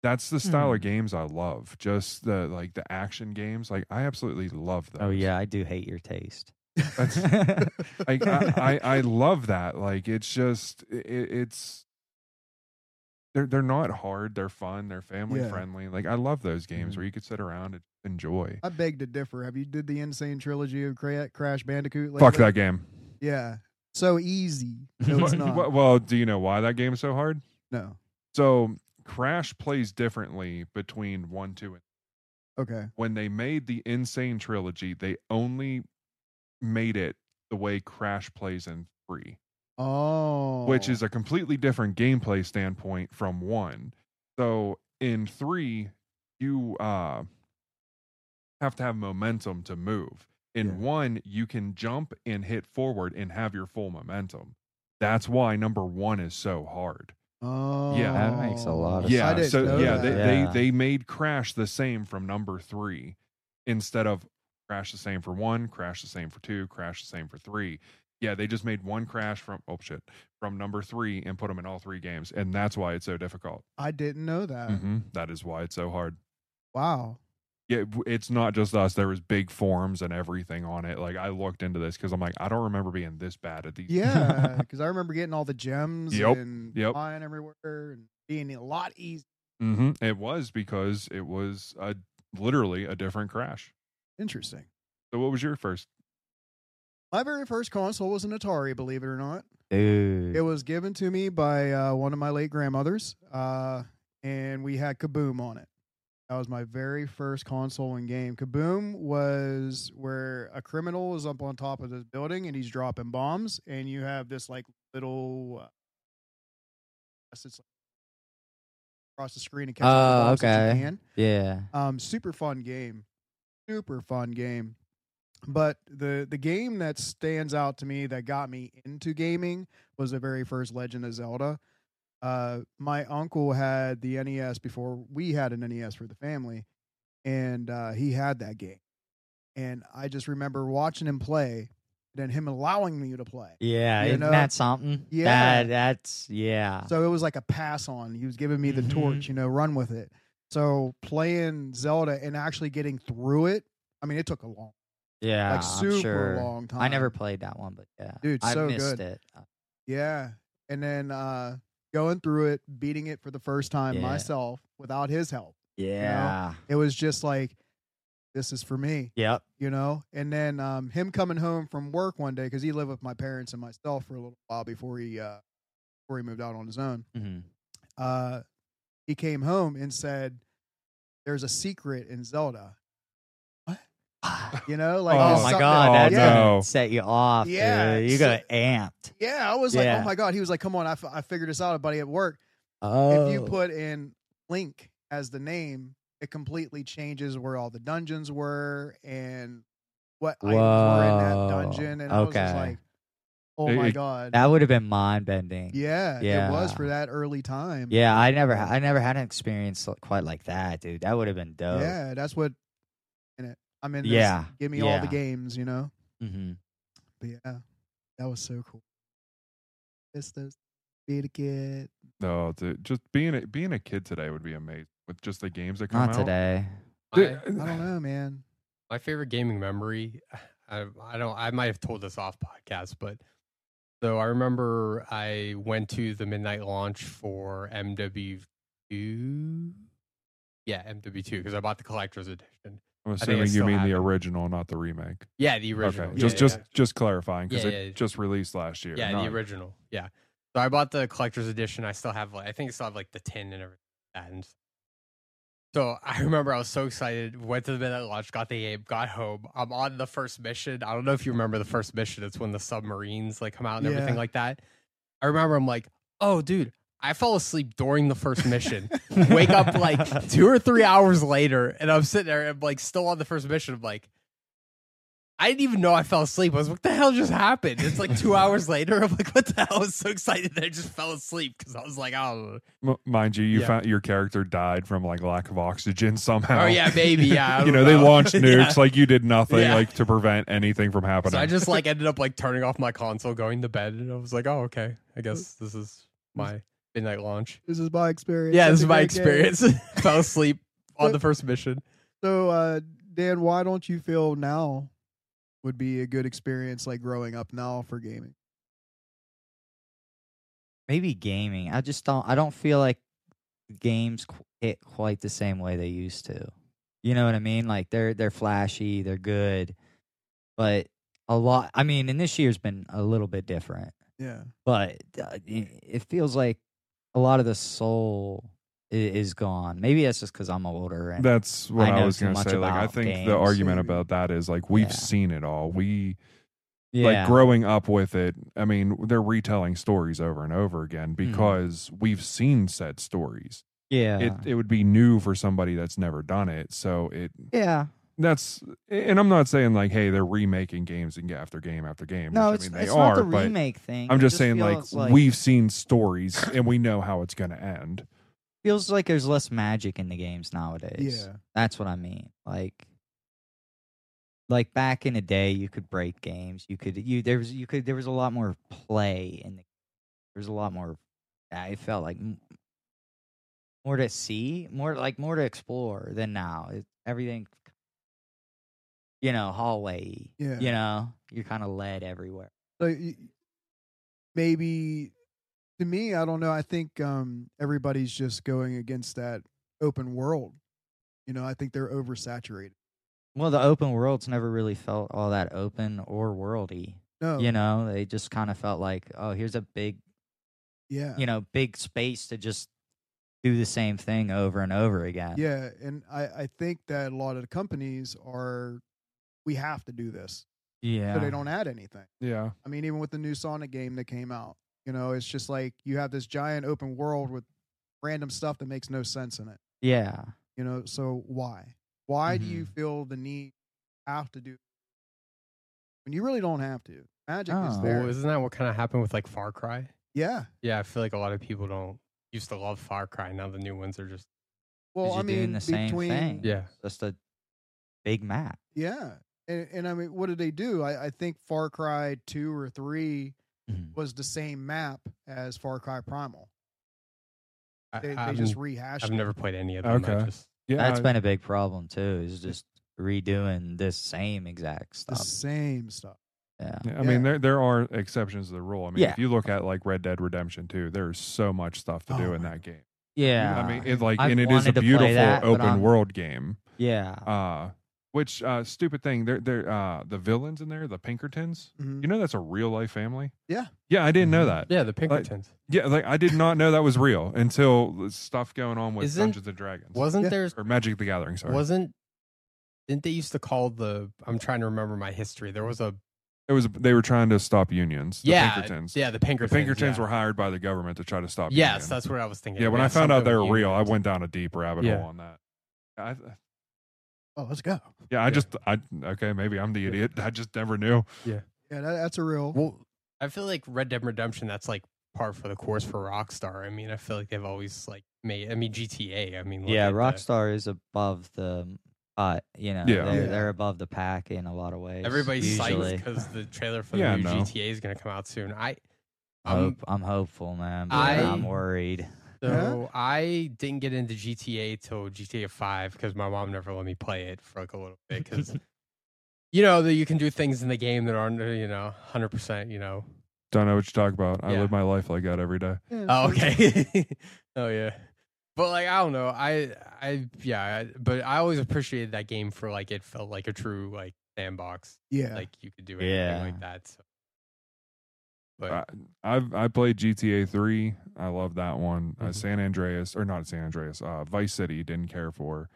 S3: that's the style of
S4: Hmm.
S3: games i love just the like the action games like i absolutely love those
S4: oh yeah i do hate your taste
S3: like I, I i love that like it's just it, it's they're they're not hard they're fun they're family
S2: Yeah.
S3: friendly like i love those games
S4: Mhm.
S3: where you could sit around and enjoy
S2: I beg to differ. Have you did the insane trilogy of Cra- Crash Bandicoot? Lately?
S3: fuck that game
S2: Yeah. So easy. No, it's
S3: But-
S2: not.
S3: well- well do you know why that game's so hard
S2: No.
S3: so crash plays differently between one two and
S2: Okay.
S3: when they made the insane trilogy, they only made it the way Crash plays in three,
S2: Oh.
S3: which is a completely different gameplay standpoint from one. So in three, you uh, have to have momentum to move. In
S2: Yeah.
S3: one, you can jump and hit forward and have your full momentum. That's why number one is so hard.
S2: Oh.
S3: Yeah.
S4: That makes a lot of
S3: yeah
S2: I didn't
S3: so
S2: know
S3: yeah,
S2: that.
S3: They,
S4: Yeah.
S3: they they made crash the same from number three instead of crash the same for one crash the same for two crash the same for three yeah they just made one crash from oh shit from number three and put them in all three games and that's why it's so difficult
S2: I didn't know that.
S3: Mhm. that is why it's so hard
S2: Wow.
S3: yeah w- it's not just us there was big forms and everything on it like i looked into this because i'm like i don't remember being this bad at these
S2: Yeah, because I remember getting all the gems
S3: Yep,
S2: and
S3: yep.
S2: flying everywhere and being a lot easier.
S3: hmm it was because it was a, literally a different crash
S2: Interesting.
S3: so what was your first
S2: My very first console was an Atari, believe it or not.
S4: Dude.
S2: It was given to me by uh, one of my late grandmothers, uh, and we had Kaboom on it. That was my very first console and game. Kaboom was where a criminal is up on top of this building and he's dropping bombs, and you have this like little. Uh, it's like across the screen and catch all the
S4: Oh,
S2: bombs that
S4: okay.
S2: you can.
S4: yeah.
S2: Um, super fun game, super fun game. But the the game that stands out to me that got me into gaming was the very first Legend of Zelda. Uh, my uncle had the NES before we had an NES for the family, and uh, he had that game. And I just remember watching him play, then him allowing me to play.
S4: Yeah.
S2: You
S4: Isn't
S2: know?
S4: that something?
S2: Yeah.
S4: That, that's, yeah.
S2: So it was like a pass on. He was giving me the
S4: Mhm.
S2: torch, you know, run with it. So playing Zelda and actually getting through it, I mean, it took a long,
S4: Yeah,
S2: like super
S4: I'm sure.
S2: long time.
S4: I never played that one, but yeah,
S2: Dude,
S4: I
S2: so
S4: missed
S2: good.
S4: it. Uh,
S2: Yeah. And then uh going through it, beating it for the first time
S4: Yeah.
S2: myself without his help.
S4: Yeah.
S2: It was just like this is for me,
S4: Yep.
S2: you know? And then um him coming home from work one day cuz he lived with my parents and myself for a little while before he uh before he moved out on his own.
S4: hmm
S2: Uh he came home and said there's a secret in Zelda. You know, like
S3: Oh
S2: there's
S4: oh my
S2: something-
S4: god,
S3: Oh,
S4: that
S2: yeah.
S3: no.
S4: didn't set you off.
S2: Yeah,
S4: Yeah, you
S2: so-
S4: got amped.
S2: Yeah, I was like,
S4: Yeah.
S2: oh my god. He was like, come on, I, f- I figured this out, a buddy at work.
S4: Oh,
S2: if you put in Link as the name, it completely changes where all the dungeons were and what items were in that
S4: Whoa.
S2: dungeon. And I was just
S4: Okay.
S2: like, oh
S3: It-
S2: my
S3: it-
S2: god,
S4: that would have been mind bending.
S2: yeah, it was
S4: Yeah.
S2: for that early time.
S4: Yeah, I never, ha- I never had an experience li- quite like that, dude. That would have been dope.
S2: yeah, that's what. In it, I'm in. This,
S4: Yeah,
S2: give me all the
S4: yeah.
S2: games, you know.
S4: hmm
S2: But yeah, that was so cool. It's those beat a kid.
S3: No, dude, just being a, being a kid today would be amazing with just the games that come
S4: Not
S3: out.
S4: today.
S5: My,
S3: Dude, uh,
S2: I don't know, man.
S5: my favorite gaming memory, I, I don't. I might have told this off podcast, but so I remember I went to the midnight launch for MW2. Yeah, MW2 because I bought the collector's edition.
S3: I'm
S5: think
S3: assuming
S5: it's
S3: you
S5: still
S3: mean the
S5: happening.
S3: original, not the remake.
S5: Yeah, the original.
S3: Okay,
S5: Yeah,
S3: just
S5: yeah,
S3: just
S5: yeah.
S3: just clarifying because
S5: Yeah,
S3: it
S5: yeah.
S3: just released last year.
S5: Yeah,
S3: not-
S5: the original. Yeah. So I bought the collector's edition. I still have like I think I still have like the tin and everything. like that. And so I remember I was so excited. Went to the midnight lodge, got the ape, got home. I'm on the first mission. I don't know if you remember the first mission. It's when the submarines like come out and everything
S2: Yeah.
S5: like that. I remember I'm like, oh dude, I fell asleep during the first mission. Wake up like two or three hours later, and I'm sitting there. I'm like still on the first mission. I'm like. I didn't even know I fell asleep. I was like, what the hell just happened? It's like two hours later. I'm like, what the hell? I was so excited that I just fell asleep because I was like, oh,
S3: M- mind you, you
S5: Yeah.
S3: found your character died from like lack of oxygen somehow.
S5: oh yeah, maybe. Yeah. I
S3: you
S5: don't
S3: know, they launched
S5: Yeah.
S3: nukes like you did nothing
S5: Yeah.
S3: like to prevent anything from happening.
S5: So I just like ended up like turning off my console, going to bed. And I was like, oh, okay. I guess this is my midnight launch.
S2: This is my experience.
S5: Yeah,
S2: It's
S5: this
S2: a
S5: is my
S2: great game.
S5: experience. fell asleep on the first mission.
S2: So, uh, Dan, why don't you feel now would be a good experience, like growing up now for gaming?
S4: Maybe gaming. I just don't. I don't feel like games qu- hit quite the same way they used to. You know what I mean? Like they're they're flashy, they're good, but a lot. I mean, and this year's been a little bit different.
S2: Yeah,
S4: but uh, i- it feels like a lot of the soul i- is gone. Maybe that's just because I'm older. And
S3: That's what
S4: I
S3: I,
S4: know
S3: was
S4: too
S3: going to
S4: much
S3: say. Like, I
S4: about
S3: think
S4: games.
S3: the argument
S2: Maybe.
S3: about that is like we've
S4: Yeah.
S3: seen it all. We
S4: yeah,
S3: like growing up with it. I mean, they're retelling stories over and over again
S4: Mm-hmm.
S3: because we've seen said stories.
S4: yeah,
S3: It it would be new for somebody that's never done it. So it
S4: yeah.
S3: that's and I'm not saying like hey they're remaking games and after game after game.
S4: No,
S3: which,
S4: it's,
S3: I mean, they
S4: it's
S3: are,
S4: not the
S3: but
S4: remake thing.
S3: I'm
S4: It
S3: just, saying like,
S4: feels
S3: we've seen stories and we know how it's going to end.
S4: feels like there's less magic in the games nowadays.
S2: yeah,
S4: that's what I mean. Like. Like back in the day, you could break games. You could you there was you could there was a lot more play in the. There was a lot more. I felt like m- more to see, more like more to explore than now. It, everything, you know, hallway.
S2: Yeah.
S4: You know, you're kind of led everywhere.
S2: so y- maybe to me, I don't know. I think um, everybody's just going against that open world. You know, I think they're oversaturated.
S4: Well, the open world's never really felt all that open or worldy.
S2: No,
S4: You know, they just kind of felt like, oh, here's a big
S2: yeah,
S4: you know, big space to just do the same thing over and over again.
S2: yeah, and I I think that a lot of the companies are we have to do this,
S4: Yeah.
S2: so they don't add anything.
S3: Yeah.
S2: I mean, even with the new Sonic game that came out, you know, it's just like you have this giant open world with random stuff that makes no sense in it.
S4: Yeah.
S2: You know, so why? Why do
S4: Mm-hmm.
S2: you feel the need have to do when you really don't have to? Magic is
S4: Oh.
S2: there.
S5: Well, isn't that what kind of happened with like Far Cry?
S2: yeah.
S5: Yeah, I feel like a lot of people don't used to love Far Cry. Now the new ones are just
S2: Well,
S4: 'Cause
S2: I
S4: you're
S2: mean,
S4: doing the same
S2: between
S4: thing.
S5: yeah.
S4: Just a big map.
S2: yeah, and, and I mean, what did they do? I, I think Far Cry two or three
S4: Mhm.
S2: was the same map as Far Cry Primal.
S5: I,
S2: They, they
S5: I'm-
S2: just rehashed.
S5: I've
S2: it.
S5: never played any of them. I
S3: Okay.
S5: just-
S3: Yeah.
S4: That's
S3: I-
S4: been a big problem too. Is just redoing this same exact
S2: the
S4: stuff.
S2: same stuff.
S4: yeah.
S3: Yeah, I mean, there there are exceptions to the rule. I mean,
S4: Yeah.
S3: if you look at like Red Dead Redemption 2, there's so much stuff to
S2: Oh
S3: do in
S2: my
S3: that game.
S4: Yeah.
S3: I mean, it like
S4: I've
S3: and it is
S4: wanted
S3: a
S4: to play
S3: beautiful
S4: that, but
S3: open
S4: I'm-
S3: world game.
S4: yeah.
S3: Uh which uh stupid thing, they're they're uh the villains in there, the Pinkertons.
S2: Mhm.
S5: Mm-hmm.
S3: You know that's a real life family?
S2: Yeah.
S3: Yeah, I didn't know that.
S5: Yeah, the Pinkertons.
S3: Yeah, like I did not know that was real until the stuff going on with
S5: Isn't-
S3: Dungeons and Dragons.
S5: wasn't
S2: Yeah.
S5: there?
S3: or Magic the Gathering, sorry.
S5: Wasn't? Didn't they used to call the? I'm trying to remember my history. There was a
S3: it was they were trying to stop unions, the
S5: yeah,
S3: Pinkertons.
S5: yeah, the
S3: The
S5: Pinkertons.
S3: Pinkertons
S5: yeah.
S3: were hired by the government to try to stop
S5: Yes,
S3: unions.
S5: that's what I was thinking.
S3: Yeah,
S5: of.
S3: when I found out
S5: something
S3: they were
S5: with
S3: real, I
S5: unions.
S3: went down a deep rabbit
S5: Yeah.
S3: hole on that. I,
S2: Oh, let's go.
S3: yeah, I
S5: Yeah.
S3: just, I okay, maybe I'm the
S5: Yeah.
S3: idiot. I just never knew.
S2: Yeah, that, that's a real.
S5: Well, I feel like Red Dead Redemption. That's like par for the course for Rockstar. I mean, I feel like they've always like made. I mean, GTA. I mean, look
S4: Yeah,
S5: at the-
S4: Rockstar is above the uh, you know,
S3: Yeah.
S4: they're,
S2: Yeah.
S4: they're above the pack in a lot of ways.
S5: Everybody's
S4: usually.
S5: psyched because the trailer for the
S3: Yeah, I
S5: new
S3: know.
S5: GTA is going to come out soon. I, um,
S4: Hope, I'm hopeful, man. But
S5: I-
S4: I'm worried.
S5: so I didn't get into GTA till GTA Five because my mom never let me play it for like a little bit because, you know, that you can do things in the game that aren't, uh, you know, hundred percent, you know.
S3: Don't know what you talk about. I
S5: Yeah.
S3: live my life like that every day.
S2: Yeah,
S5: Oh,
S2: it's-
S5: okay. oh yeah. But like I don't know. I I yeah, I, but I always appreciated that game for like it felt like a true like sandbox.
S2: Yeah.
S5: Like you could do anything
S4: Yeah.
S5: like that. So. But
S3: Uh, I've I played GTA three. I love that one.
S4: Mm-hmm.
S3: Uh,
S5: Mhm.
S3: San Andreas or not San Andreas, uh, Vice City. Didn't care for.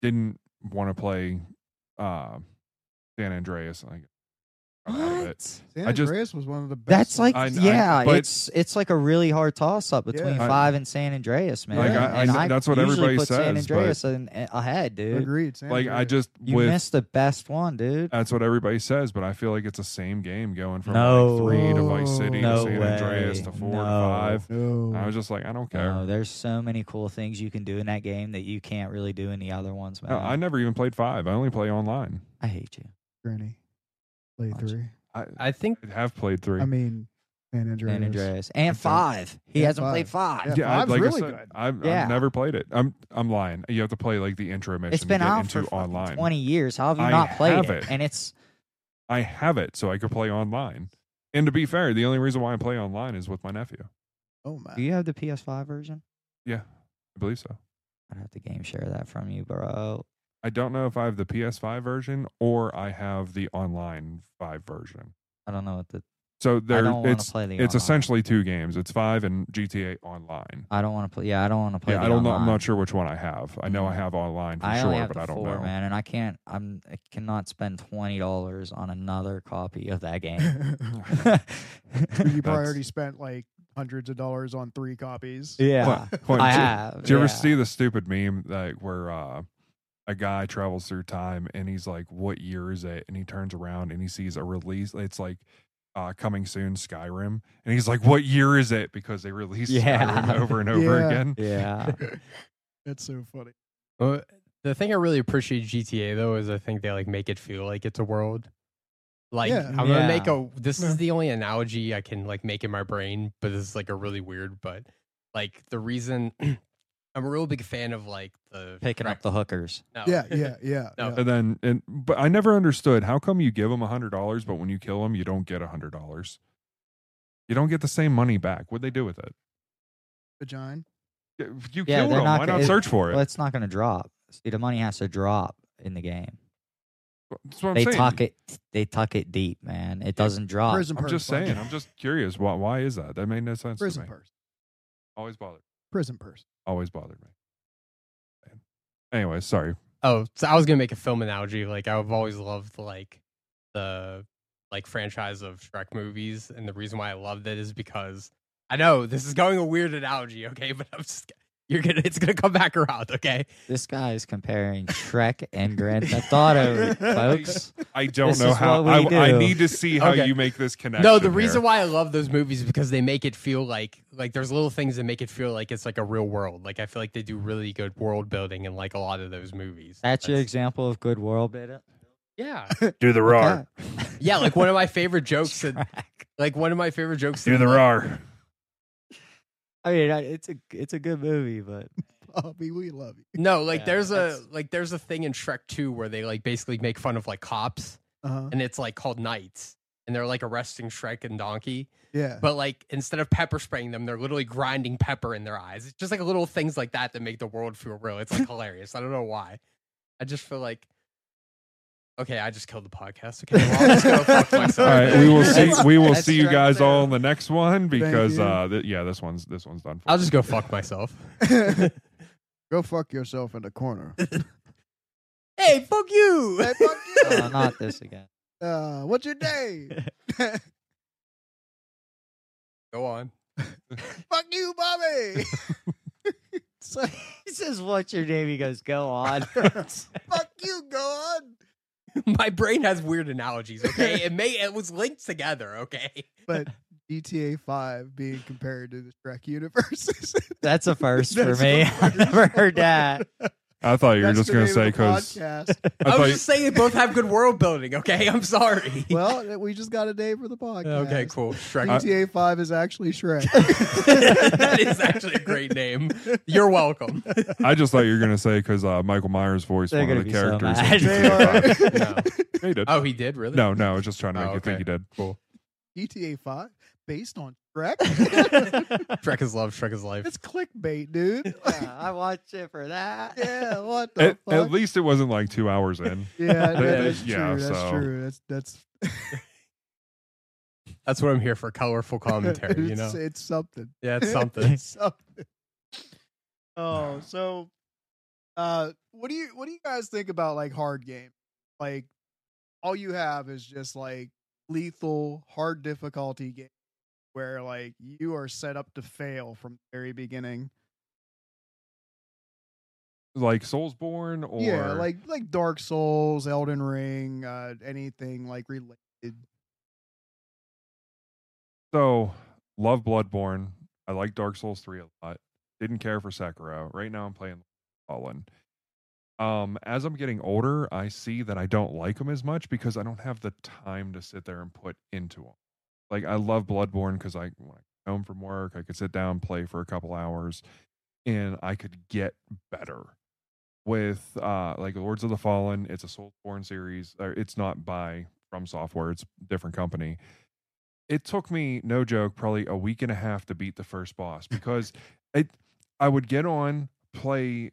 S3: Didn't want to play uh, San Andreas. Like, got out of it.
S2: San
S3: I just-
S2: Andreas was one of the best.
S4: That's like
S3: I- I-
S4: yeah,
S3: but-
S4: it's it's like a really hard toss up between
S2: Yeah.
S3: I-
S4: five and San Andreas, man.
S2: Like, I- I
S4: and
S3: know- that's what
S4: usually
S3: everybody
S4: put San
S3: says, but-
S4: Andreas in, in- ahead, dude.
S2: agreed. San
S3: Like I
S2: Andreas.
S3: just
S4: You
S3: with
S4: missed the best one, dude.
S3: That's what everybody says, but I feel like it's the same game going from
S4: No.
S3: like three to Vice City
S2: No
S3: to San Andreas
S4: way.
S3: to four
S4: No.
S3: to five.
S2: no.
S3: I was just like, I don't care.
S4: No, Oh, there's so many cool things you can do in that game that you can't really do in the other ones, man.
S3: No, I never even played five. Oh, I only play online.
S4: I hate you.
S2: Granny. Play
S4: Watch.
S2: three.
S3: I,
S5: I think
S3: I have played three.
S2: I mean, San Andreas.
S4: San Andreas and
S3: Okay.
S4: five. He
S2: And
S4: hasn't played five.
S2: Yeah,
S3: I,
S2: five's
S3: like
S2: really
S3: I said,
S2: good.
S3: I've,
S4: Yeah.
S3: I've never played it. I'm I'm lying. You have to play like the intro mission.
S4: It's been
S3: to get
S4: out
S3: into
S4: for fucking
S3: online.
S4: 20 years. How have you
S3: I
S4: not played
S3: have
S4: it?
S3: it.
S4: And it's
S3: I have it, so I could play online. And to be fair, the only reason why I play online is with my nephew.
S2: Oh my.
S4: do you have the PS5 version?
S3: Yeah, I believe so.
S4: I'd have to game share that from you, bro.
S3: I don't know if I have the PS5 version or I have the online five version.
S4: I don't know what the.
S3: So
S4: I
S3: there,
S4: don't want
S3: it's
S4: to play the.
S3: it's
S4: online.
S3: essentially two games. It's five and GTA Online.
S4: I don't want to play. Yeah, I don't want to play.
S3: Yeah,
S4: the
S3: I don't know. I'm
S4: online.
S3: not sure which one I have. I know I
S4: Mhm.
S3: have online for
S4: I
S3: sure,
S4: only have
S3: but
S4: the
S3: I don't
S4: four,
S3: know.
S4: man, and I can't. I'm. I cannot spend twenty dollars on another copy of that game.
S2: you probably
S3: That's-
S2: already spent like hundreds of dollars on three copies.
S4: yeah,
S3: Fun- fun.
S4: I
S3: Do-
S4: have.
S3: Do you
S4: yeah.
S3: ever see the stupid meme like where uh, a guy travels through time and he's like, "What year is it?" And he turns around and he sees a release. It's like uh, coming soon, Skyrim, and he's like, "What year is it?" Because they released
S4: Yeah.
S3: Skyrim over and over
S2: Yeah.
S3: again.
S4: Yeah,
S2: That's so funny.
S5: uh, the thing I really appreciate GTA though is I think they like make it feel like it's a world. Like
S2: Yeah.
S5: I'm gonna make
S4: Yeah.
S5: a. This is the only analogy I can like make in my brain, but this is like a really weird. But like the reason I'm a real big fan of like the
S4: picking up the hookers.
S5: No.
S2: Yeah, yeah, yeah.
S5: No.
S2: yeah.
S3: And then, and but I never understood how come you give them a hundred dollars, but when you kill them, you don't get a hundred dollars. You don't get the same money back. What'd they do with it?
S2: Vagina.
S3: If You
S4: Yeah,
S3: killed
S4: they're
S3: them.
S4: not
S3: Why
S4: gonna-
S3: not
S4: it-
S3: search for it?
S4: Well, it's not going to drop. See, the money has to drop in the game.
S3: That's what I'm
S4: they
S3: saying.
S4: tuck it. They tuck it deep, man. It doesn't drop.
S2: Prison
S3: I'm
S2: purse.
S3: just
S2: budget.
S3: saying. I'm just curious. Why? Why is that? That made no sense
S2: Prison
S3: to me.
S2: purse.
S3: Always bothered.
S2: Prison purse.
S3: Always bothered me. Anyway, sorry.
S5: Oh, so I was gonna make a film analogy. Like I've always loved like the like franchise of Shrek movies, and the reason why I loved it is because I know this is going a weird analogy, okay? But I'm just you're gonna it's gonna come back around, okay?
S4: This guy is comparing Shrek and Grand Theft Auto, folks.
S3: I don't
S4: This
S3: know
S4: is
S3: how.
S4: what
S3: I,
S4: we
S3: I
S4: do.
S3: need to see how
S5: Okay.
S3: you make this connection.
S5: no, the reason
S3: here.
S5: why I love those movies is because they make it feel like like there's little things that make it feel like it's like a real world. Like I feel like they do really good world building in like a lot of those movies.
S4: That's your example of good world beta.
S5: yeah,
S3: do the
S4: Okay.
S5: yeah. Like one of my favorite jokes that
S4: Shrek.
S5: like one of my favorite jokes.
S3: Do
S5: that,
S3: the
S5: like,
S3: roar.
S4: I mean, I- it's a it's a good movie, but
S2: Bobby, we love you.
S5: No, like
S4: Yeah,
S5: there's a
S4: that's-
S5: like there's a thing in Shrek 2 where they like basically make fun of like cops
S2: Uh-huh.
S5: and it's like called Knights and they're like arresting Shrek and Donkey,
S2: Yeah.
S5: but like instead of pepper spraying them, they're literally grinding pepper in their eyes. It's just like little things like that that make the world feel real. It's like hilarious. I don't know why. I just feel like okay, I just killed the podcast. Okay, well, I'm just gonna fuck myself.
S3: All right, we will see.
S4: That's-
S3: We will
S4: that's
S3: see you
S4: right
S3: guys
S4: there.
S3: all in the next one because
S2: you.
S3: uh, th- yeah, this one's this one's done. For
S5: I'll just go fuck myself.
S2: Go fuck yourself in the corner.
S5: hey, fuck you.
S2: Hey, fuck you.
S4: Uh, not this again.
S2: Uh, what's your name? fuck
S5: Go on.
S2: you, Bobby. It's like,
S4: He says, "What's your name?" He goes, "Go on."
S2: fuck you, go on.
S5: My brain has weird analogies, okay? It may it was linked together, okay?
S2: But GTA 5 being compared to the Shrek universe. is-
S4: That's a first for
S2: That's
S4: me.
S2: a
S4: I never heard that.
S3: I thought you were
S2: That's
S3: just
S2: the
S3: gonna
S2: name of
S3: say
S2: the
S3: because
S2: podcast.
S5: I,
S3: I thought
S5: was just saying they both have good world building, okay? I'm sorry.
S2: well, we just got a name for the podcast.
S5: okay, cool. Shrek.
S2: GTA 5 is actually Shrek.
S5: that is actually a great name. You're welcome.
S3: you- I just thought you were gonna say because uh, Michael Myers voiced
S4: They're
S3: one
S4: gonna
S3: of the
S4: be so
S3: characters. in
S2: They are.
S3: GTA five.
S4: mad.
S5: No.
S3: Yeah, he did.
S5: Oh, he did really?
S3: No, no, I was just trying to
S5: Oh,
S3: make you think
S5: okay.
S3: he did.
S5: Cool.
S2: GTA 5 based on
S4: Yeah,
S2: Shrek?
S5: Shrek is love. Shrek is life.
S2: it's clickbait, dude.
S4: I watched it for that.
S2: yeah, what the
S3: At,
S2: fuck?
S3: at least it wasn't like two hours in.
S2: yeah,
S3: They-
S2: that-
S3: they-
S2: that's
S3: yeah,
S2: true. That's
S3: so-
S2: true. That's that's
S5: That's what I'm here for. Colorful commentary. You know.
S2: it's, it's something.
S5: Yeah, it's something.
S2: It's something. Oh, so uh what do you what do you guys think about like hard game? Like all you have is just like lethal hard difficulty game where like you are set up to fail from the very beginning.
S3: Like Soulsborne or
S2: yeah, like like Dark Souls, Elden Ring, uh anything like related.
S3: so. Love Bloodborne. I like Dark Souls three a lot. Didn't care for Sekiro. Right now, I'm playing Fallen. Um, as I'm getting older, I see that I don't like them as much because I don't have the time to sit there and put into them. Like I love Bloodborne because I when I come home from work, I could sit down play for a couple hours, and I could get better. With uh, like Lords of the Fallen, it's a Soulsborne series. Or it's not by From Software; it's a different company. It took me, no joke, probably a week and a half to beat the first boss because it. I would get on, play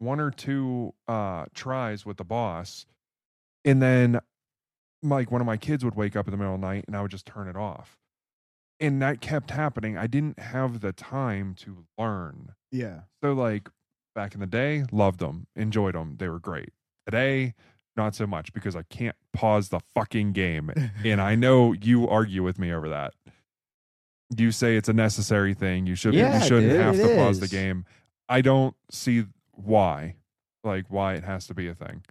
S3: one or two uh tries with the boss and then like one of my kids would wake up in the middle of the night and i would just turn it off and that kept happening i didn't have the time to learn
S2: Yeah.
S3: so like back in the day loved them enjoyed them they were great today not so much because i can't pause the fucking game and i know you argue with me over that you say it's a necessary thing you shouldn't
S4: Yeah,
S3: you shouldn't
S4: dude,
S3: have
S4: it
S3: to pause the
S4: is.
S3: game i don't see why like why it has to be a thing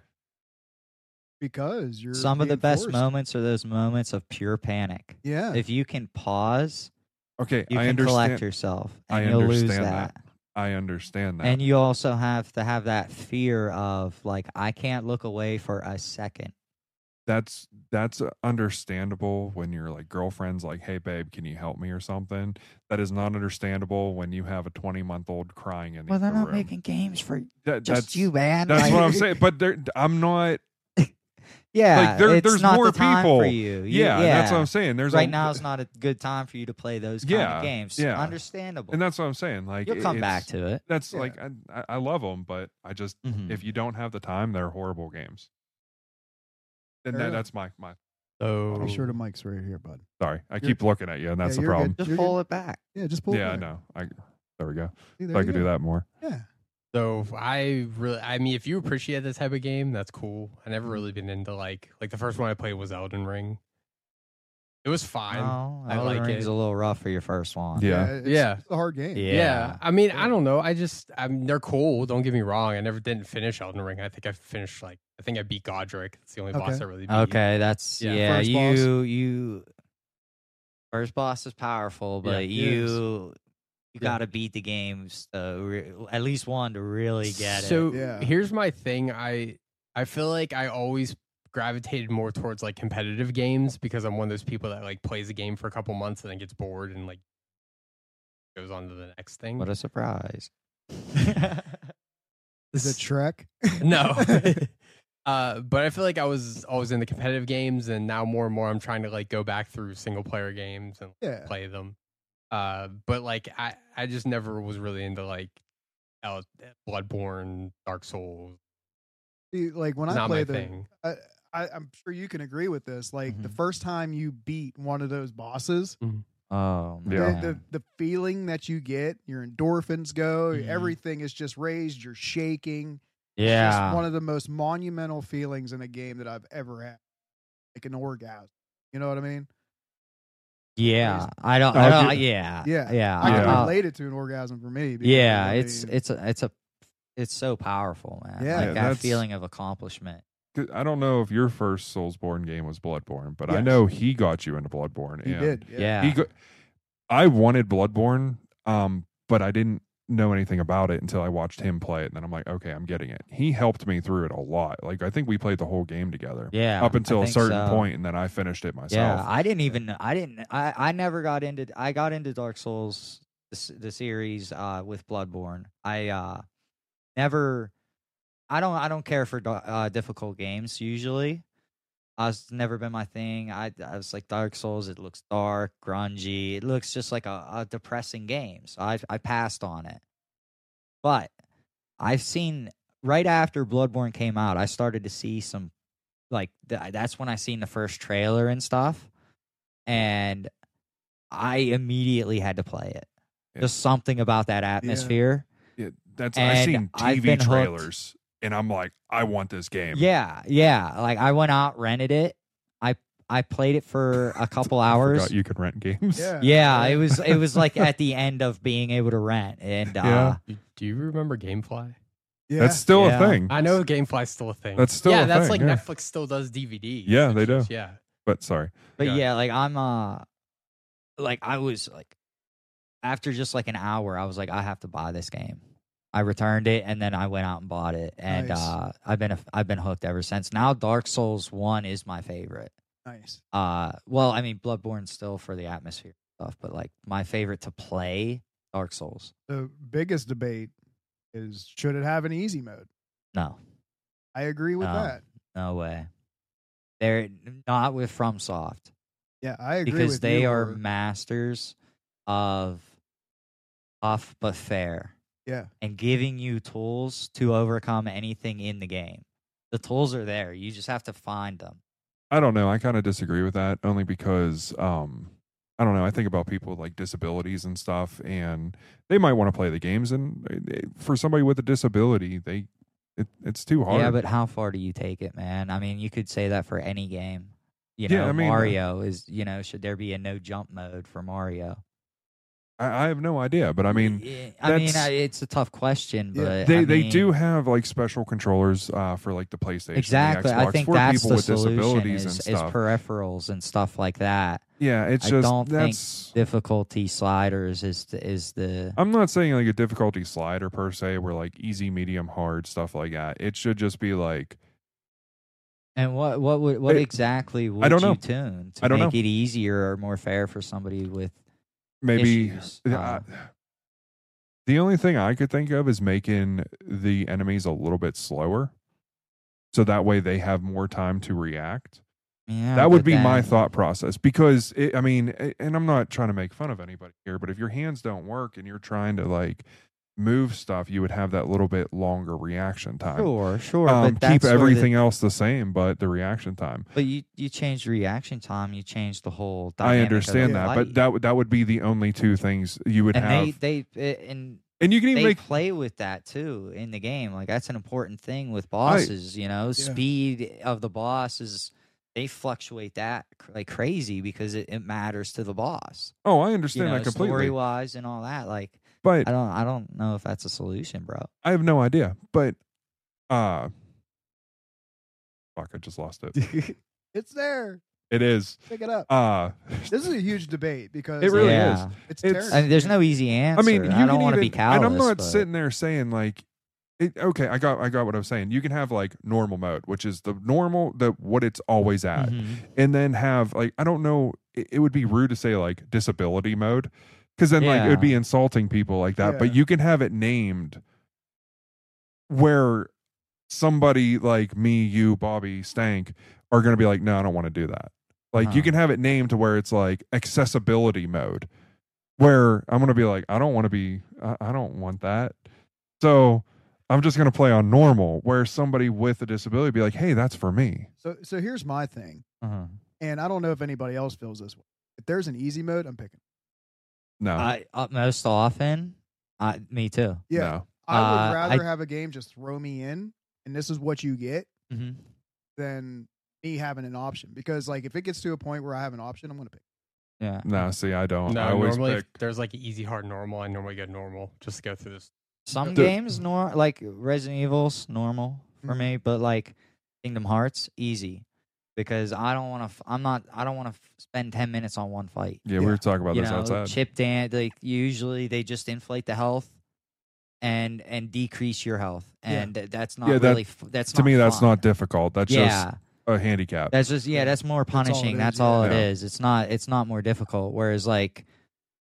S2: Because you're
S4: Some of the
S2: being
S4: best
S2: forced.
S4: moments are those moments of pure panic.
S2: Yeah.
S4: If you can pause,
S3: okay
S4: you
S3: i
S4: can collect
S3: understand
S4: yourself,
S3: I
S4: and you'll lose
S3: understand
S4: that.
S3: i understand that
S4: And you also have to have that fear of like I can't look away for a second.
S3: that's that's uh, understandable when your like girlfriend's like hey babe can you help me or something that is not understandable when you have a 20 month old crying in the
S4: Well, they're
S3: other
S4: not
S3: room.
S4: making games for
S3: That-
S4: just
S3: that's,
S4: you, man.
S3: that's
S4: Like-
S3: what i'm saying but there i'm not
S4: Yeah,
S3: Like, there-
S4: it's
S3: there's
S4: not
S3: more
S4: the time
S3: people.
S4: for you. You-
S3: yeah,
S4: yeah,
S3: that's what i'm saying there's
S4: right
S3: a,
S4: now is not a good time for you to play those kind
S3: Yeah,
S4: of games.
S3: yeah.
S4: understandable.
S3: and that's what i'm saying like
S4: You'll
S3: it-
S4: come
S3: it's-
S4: back to Mm. it. Mm-hmm.
S3: that's
S2: Yeah.
S3: like I, I- I love them, but I just if you don't have the time, they're horrible games. And
S2: Fair
S3: that,
S2: enough.
S3: that's my my
S5: So
S2: Be sure
S3: Oh.
S2: the mic's right here, bud.
S3: sorry. I
S2: You're-
S3: keep looking at you, and that's
S2: Yeah,
S3: the
S2: you're good.
S3: problem.
S4: Just
S2: You're
S4: pull it back.
S2: Yeah, just pull. it
S3: Yeah, I
S2: back.
S3: know. I there we go.
S2: See,
S3: If
S2: there
S3: I
S2: you
S3: could
S2: go.
S3: do that more.
S2: Yeah.
S5: So I really, I mean, if you appreciate this type of game, that's cool. I never really been into like, like the first one I played was Elden Ring. It was fine.
S2: Oh,
S4: No,
S5: I
S4: Oh, Elden
S5: like
S4: Ring's
S5: it.
S4: a little rough for your first one.
S3: Yeah.
S2: it's,
S5: Yeah.
S2: It's a hard game.
S4: Yeah.
S5: yeah. I mean,
S2: Yeah.
S5: I don't know. I just, I mean, they're cool. Don't get me wrong. I never didn't finish Elden Ring. I think I finished like, I think I beat Godric. It's the only boss
S2: Okay.
S5: I really beat.
S4: Okay, that's
S5: Yeah.
S4: yeah.
S2: First
S4: you
S2: boss.
S4: you first boss is powerful,
S5: Yeah,
S4: but
S5: it
S2: is.
S4: you you
S5: Yeah.
S4: got to beat the games uh, re- at least one to really get it.
S5: so
S2: Yeah.
S5: here's my thing. I, I feel like I always gravitated more towards like competitive games because I'm one of those people that like plays a game for a couple months and then gets bored and like goes on to the next thing.
S4: What a surprise!
S2: Is it Shrek?
S5: no. uh, but I feel like I was always in the competitive games, and now more and more I'm trying to like go back through single player games and
S2: Yeah.
S5: play them. Uh, but like I, I just never was really into like L- Bloodborne, Dark Souls.
S2: See, Like when
S5: It's
S2: I
S5: not
S2: play
S5: my
S2: the,
S5: thing.
S2: I, I, I'm sure you can agree with this. Like the
S4: Mhm.
S2: first time you beat one of those bosses,
S4: oh,
S3: Yeah.
S4: man.
S2: the, the the feeling that you get, your endorphins go,
S4: Mhm.
S2: everything is just raised. You're shaking. It's
S4: yeah.
S2: just one of the most monumental feelings in a game that I've ever had, like an orgasm. You know what I mean?
S4: Yeah, I don't.
S3: I'll
S4: I don't
S3: get-
S4: yeah,
S2: Yeah.
S4: yeah.
S2: I can
S3: Yeah.
S2: relate it to an orgasm for me. because,
S4: Uh-huh. yeah,
S2: I
S4: it's
S2: mean,
S4: it's a it's a it's so powerful, man.
S2: Yeah.
S4: like
S2: Yeah,
S4: that
S3: that's-
S4: feeling of accomplishment.
S3: 'Cause I don't know if your first Soulsborne game was Bloodborne, but I
S2: Yes.
S3: know he got you into Bloodborne.
S2: you
S3: and
S2: did.
S4: Yeah,
S3: He go- I wanted Bloodborne, um, but I didn't know anything about it until I watched him play it, and then I'm like, okay, I'm getting it. He helped me through it a lot. Like I think we played the whole game together
S4: yeah.
S3: up
S4: I
S3: until a
S4: think
S3: certain
S4: so.
S3: point, and then I finished it myself.
S4: Yeah, I didn't even. I didn't. I I never got into. I got into Dark Souls the, s- the series uh, with Bloodborne. I uh, never. I don't. I don't care for da- uh, difficult games usually. Uh, it's never been my thing. I, I was like Dark Souls. It looks dark, grungy. It looks just like a, a depressing game. So I I passed on it. But I've seen right after Bloodborne came out, I started to see some like th- that's when I seen the first trailer and stuff, and I immediately had to play it.
S3: Yeah.
S4: Just something about that atmosphere.
S3: Yeah, that's
S4: And
S3: I've seen
S4: I've
S3: TV
S4: been hooked.
S3: trailers, and I'm like, I want this game.
S4: Yeah, yeah. Like I went out, rented it. I I played it for a couple
S3: I forgot
S4: hours.
S3: you could rent games.
S2: Yeah.
S4: Yeah, it was it was like at the end of being able to rent, and uh,
S3: Yeah.
S5: Do- Do you remember GameFly?
S2: Yeah.
S3: That's still
S4: Yeah.
S3: a thing.
S5: I know GameFly's still a thing.
S3: That's still
S5: yeah,
S3: a
S5: that's
S3: thing,
S5: like
S3: yeah.
S5: Netflix still does DVDs.
S3: Yeah, they
S5: and
S3: do.
S5: shit, Yeah,
S3: But sorry,
S4: But
S5: Yeah.
S4: yeah, like I'm uh like I was like after just like an hour, I was like, I have to buy this game. I returned it and then I went out and bought it. And
S2: Nice.
S4: uh I've been a, I've been hooked ever since. Now Dark Souls one is my favorite.
S2: nice.
S4: Uh well, I mean Bloodborne still for the atmosphere stuff, but like my favorite to play, Dark Souls.
S2: The biggest debate is should it have an easy mode?
S4: No.
S2: I agree with
S4: No.
S2: that.
S4: No way. They're not with FromSoft.
S2: Yeah, I agree
S4: because
S2: with
S4: they
S2: you,
S4: are
S2: Laura.
S4: masters of tough but fair
S2: yeah,
S4: and giving you tools to overcome anything in the game. The tools are there. You just have to find them.
S3: I don't know. I kind of disagree with that only because um, I don't know. I think about people with like disabilities and stuff, and they might want to play the games. And uh, for somebody with a disability, they it, it's too hard.
S4: Yeah, but how far do you take it, man? I mean, you could say that for any game. You know,
S3: Yeah, I mean, uh,
S4: Mario is, you know, should there be a no jump mode for Mario?
S3: I, I have no idea. But I mean,
S4: Yeah, I mean,
S3: that's-
S4: I- it's a tough question,
S2: Yeah.
S4: but I
S3: they they do
S4: mean,
S3: have like special controllers uh, for like the PlayStation, and the
S4: exactly.
S3: Xbox
S4: I think
S3: for
S4: that's
S3: people
S4: the
S3: with
S4: solution
S3: disabilities
S4: is,
S3: and
S4: is
S3: stuff.
S4: peripherals and stuff like that.
S3: yeah, it's
S4: I
S3: just
S4: don't think
S3: that's.
S4: difficulty sliders is the, is the
S3: I'm not saying like a difficulty slider per se, where like easy, medium, hard stuff like that. It should just be like
S4: and what what would what
S3: It-
S4: exactly would
S3: don't
S4: you
S3: know.
S4: tune to
S3: I don't
S4: make it easier or more fair for somebody with
S3: maybe
S4: issues?
S3: Yeah,
S4: Uh,
S3: I- the only thing I could think of is making the enemies a little bit slower. So that way they have more time to react.
S4: yeah,
S3: that would
S4: but
S3: be my
S4: then-
S3: thought process because it, I mean, a- and I'm not trying to make fun of anybody here, but if your hands don't work and you're trying to like move stuff, you would have that little bit longer reaction time.
S4: Sure, sure,
S3: Um,
S4: but
S3: keep
S4: that's where the-
S3: everything else the same, but the reaction time.
S4: but you you change reaction time, you change the whole.
S3: I
S4: dynamic of the
S3: understand that, but
S4: fight.
S3: that would that would be the only two things you would
S4: and
S3: have.
S4: they they it, and
S3: and you can
S4: they
S3: even make
S4: play with that too in the game. Like that's an important thing with bosses. you know, speed of the boss is they fluctuate that cr- like crazy because it, it matters to the boss.
S3: Oh, I understand
S4: you know,
S3: that completely.
S4: story wise and all that. Like
S3: but
S4: I don't I don't know if that's a solution, bro.
S3: I have no idea, but uh fuck, I just lost it.
S2: it's there.
S3: it is.
S2: Pick it up.
S3: Uh
S2: This is a huge debate because
S3: It really
S2: like,
S3: is.
S4: yeah.
S2: It's,
S3: It's-
S2: terrible.
S4: I mean, there's no e easy answer.
S3: I mean, you
S4: I don't
S3: can
S4: want to be
S3: even-
S4: callous.
S3: And I'm not
S4: but-
S3: sitting there saying like it, okay, I got I got what I was saying. You can have like normal mode, which is the normal the what it's always at.
S4: Mhm.
S3: And then have like I don't know, it, it would be rude to say like disability mode because then like it would
S4: Yeah.
S3: be insulting people like that.
S2: Yeah.
S3: But you can have it named where somebody like me, you, Bobby, Stank are going to be like, no, I don't want to do that. Like
S4: Huh.
S3: you can have it named to where it's like accessibility mode, where I'm going to be like, I don't want to be, I, I don't want that. So I'm just going to play on normal, where somebody with a disability be like, hey, that's for me.
S2: So so here's my thing,
S3: Uh-huh.
S2: and I don't know if anybody else feels this way. If there's an easy mode, I'm picking.
S3: No,
S4: I uh, most often, I me too.
S2: Yeah,
S3: no.
S2: I would
S4: Uh,
S2: rather
S4: I-
S2: have a game just throw me in, and this is what you get,
S4: Mm-hmm.
S2: than me having an option. Because like if it gets to a point where I have an option, I'm gonna pick.
S4: Yeah.
S3: No, see, I don't.
S5: no,
S3: I always
S5: normally
S3: pick.
S5: if there's like easy, hard, normal. I normally go normal just to go through this.
S4: Some
S3: The- Mm-hmm.
S4: games, nor like Resident Evil's normal for
S2: Mhm.
S4: me, but like Kingdom Hearts, easy because I don't want to. F- I'm not. I don't want to f- spend ten minutes on one fight.
S3: Yeah, we
S2: Yeah.
S3: were talking about
S4: you
S3: this
S4: know,
S3: outside.
S4: chip dan Like usually, they just inflate the health and and decrease your health,
S2: Yeah.
S4: and th- that's not
S3: Yeah, that-
S4: really. F- that's
S3: to
S4: not
S3: me, that's
S4: fun.
S3: not difficult. That's
S4: yeah,
S3: just a handicap.
S4: that's just yeah.
S2: Yeah.
S4: That's more
S2: all it
S4: punishing.
S2: is,
S4: That's
S2: yeah.
S4: all it is.
S3: Yeah.
S4: It's not. It's not more difficult. Whereas like,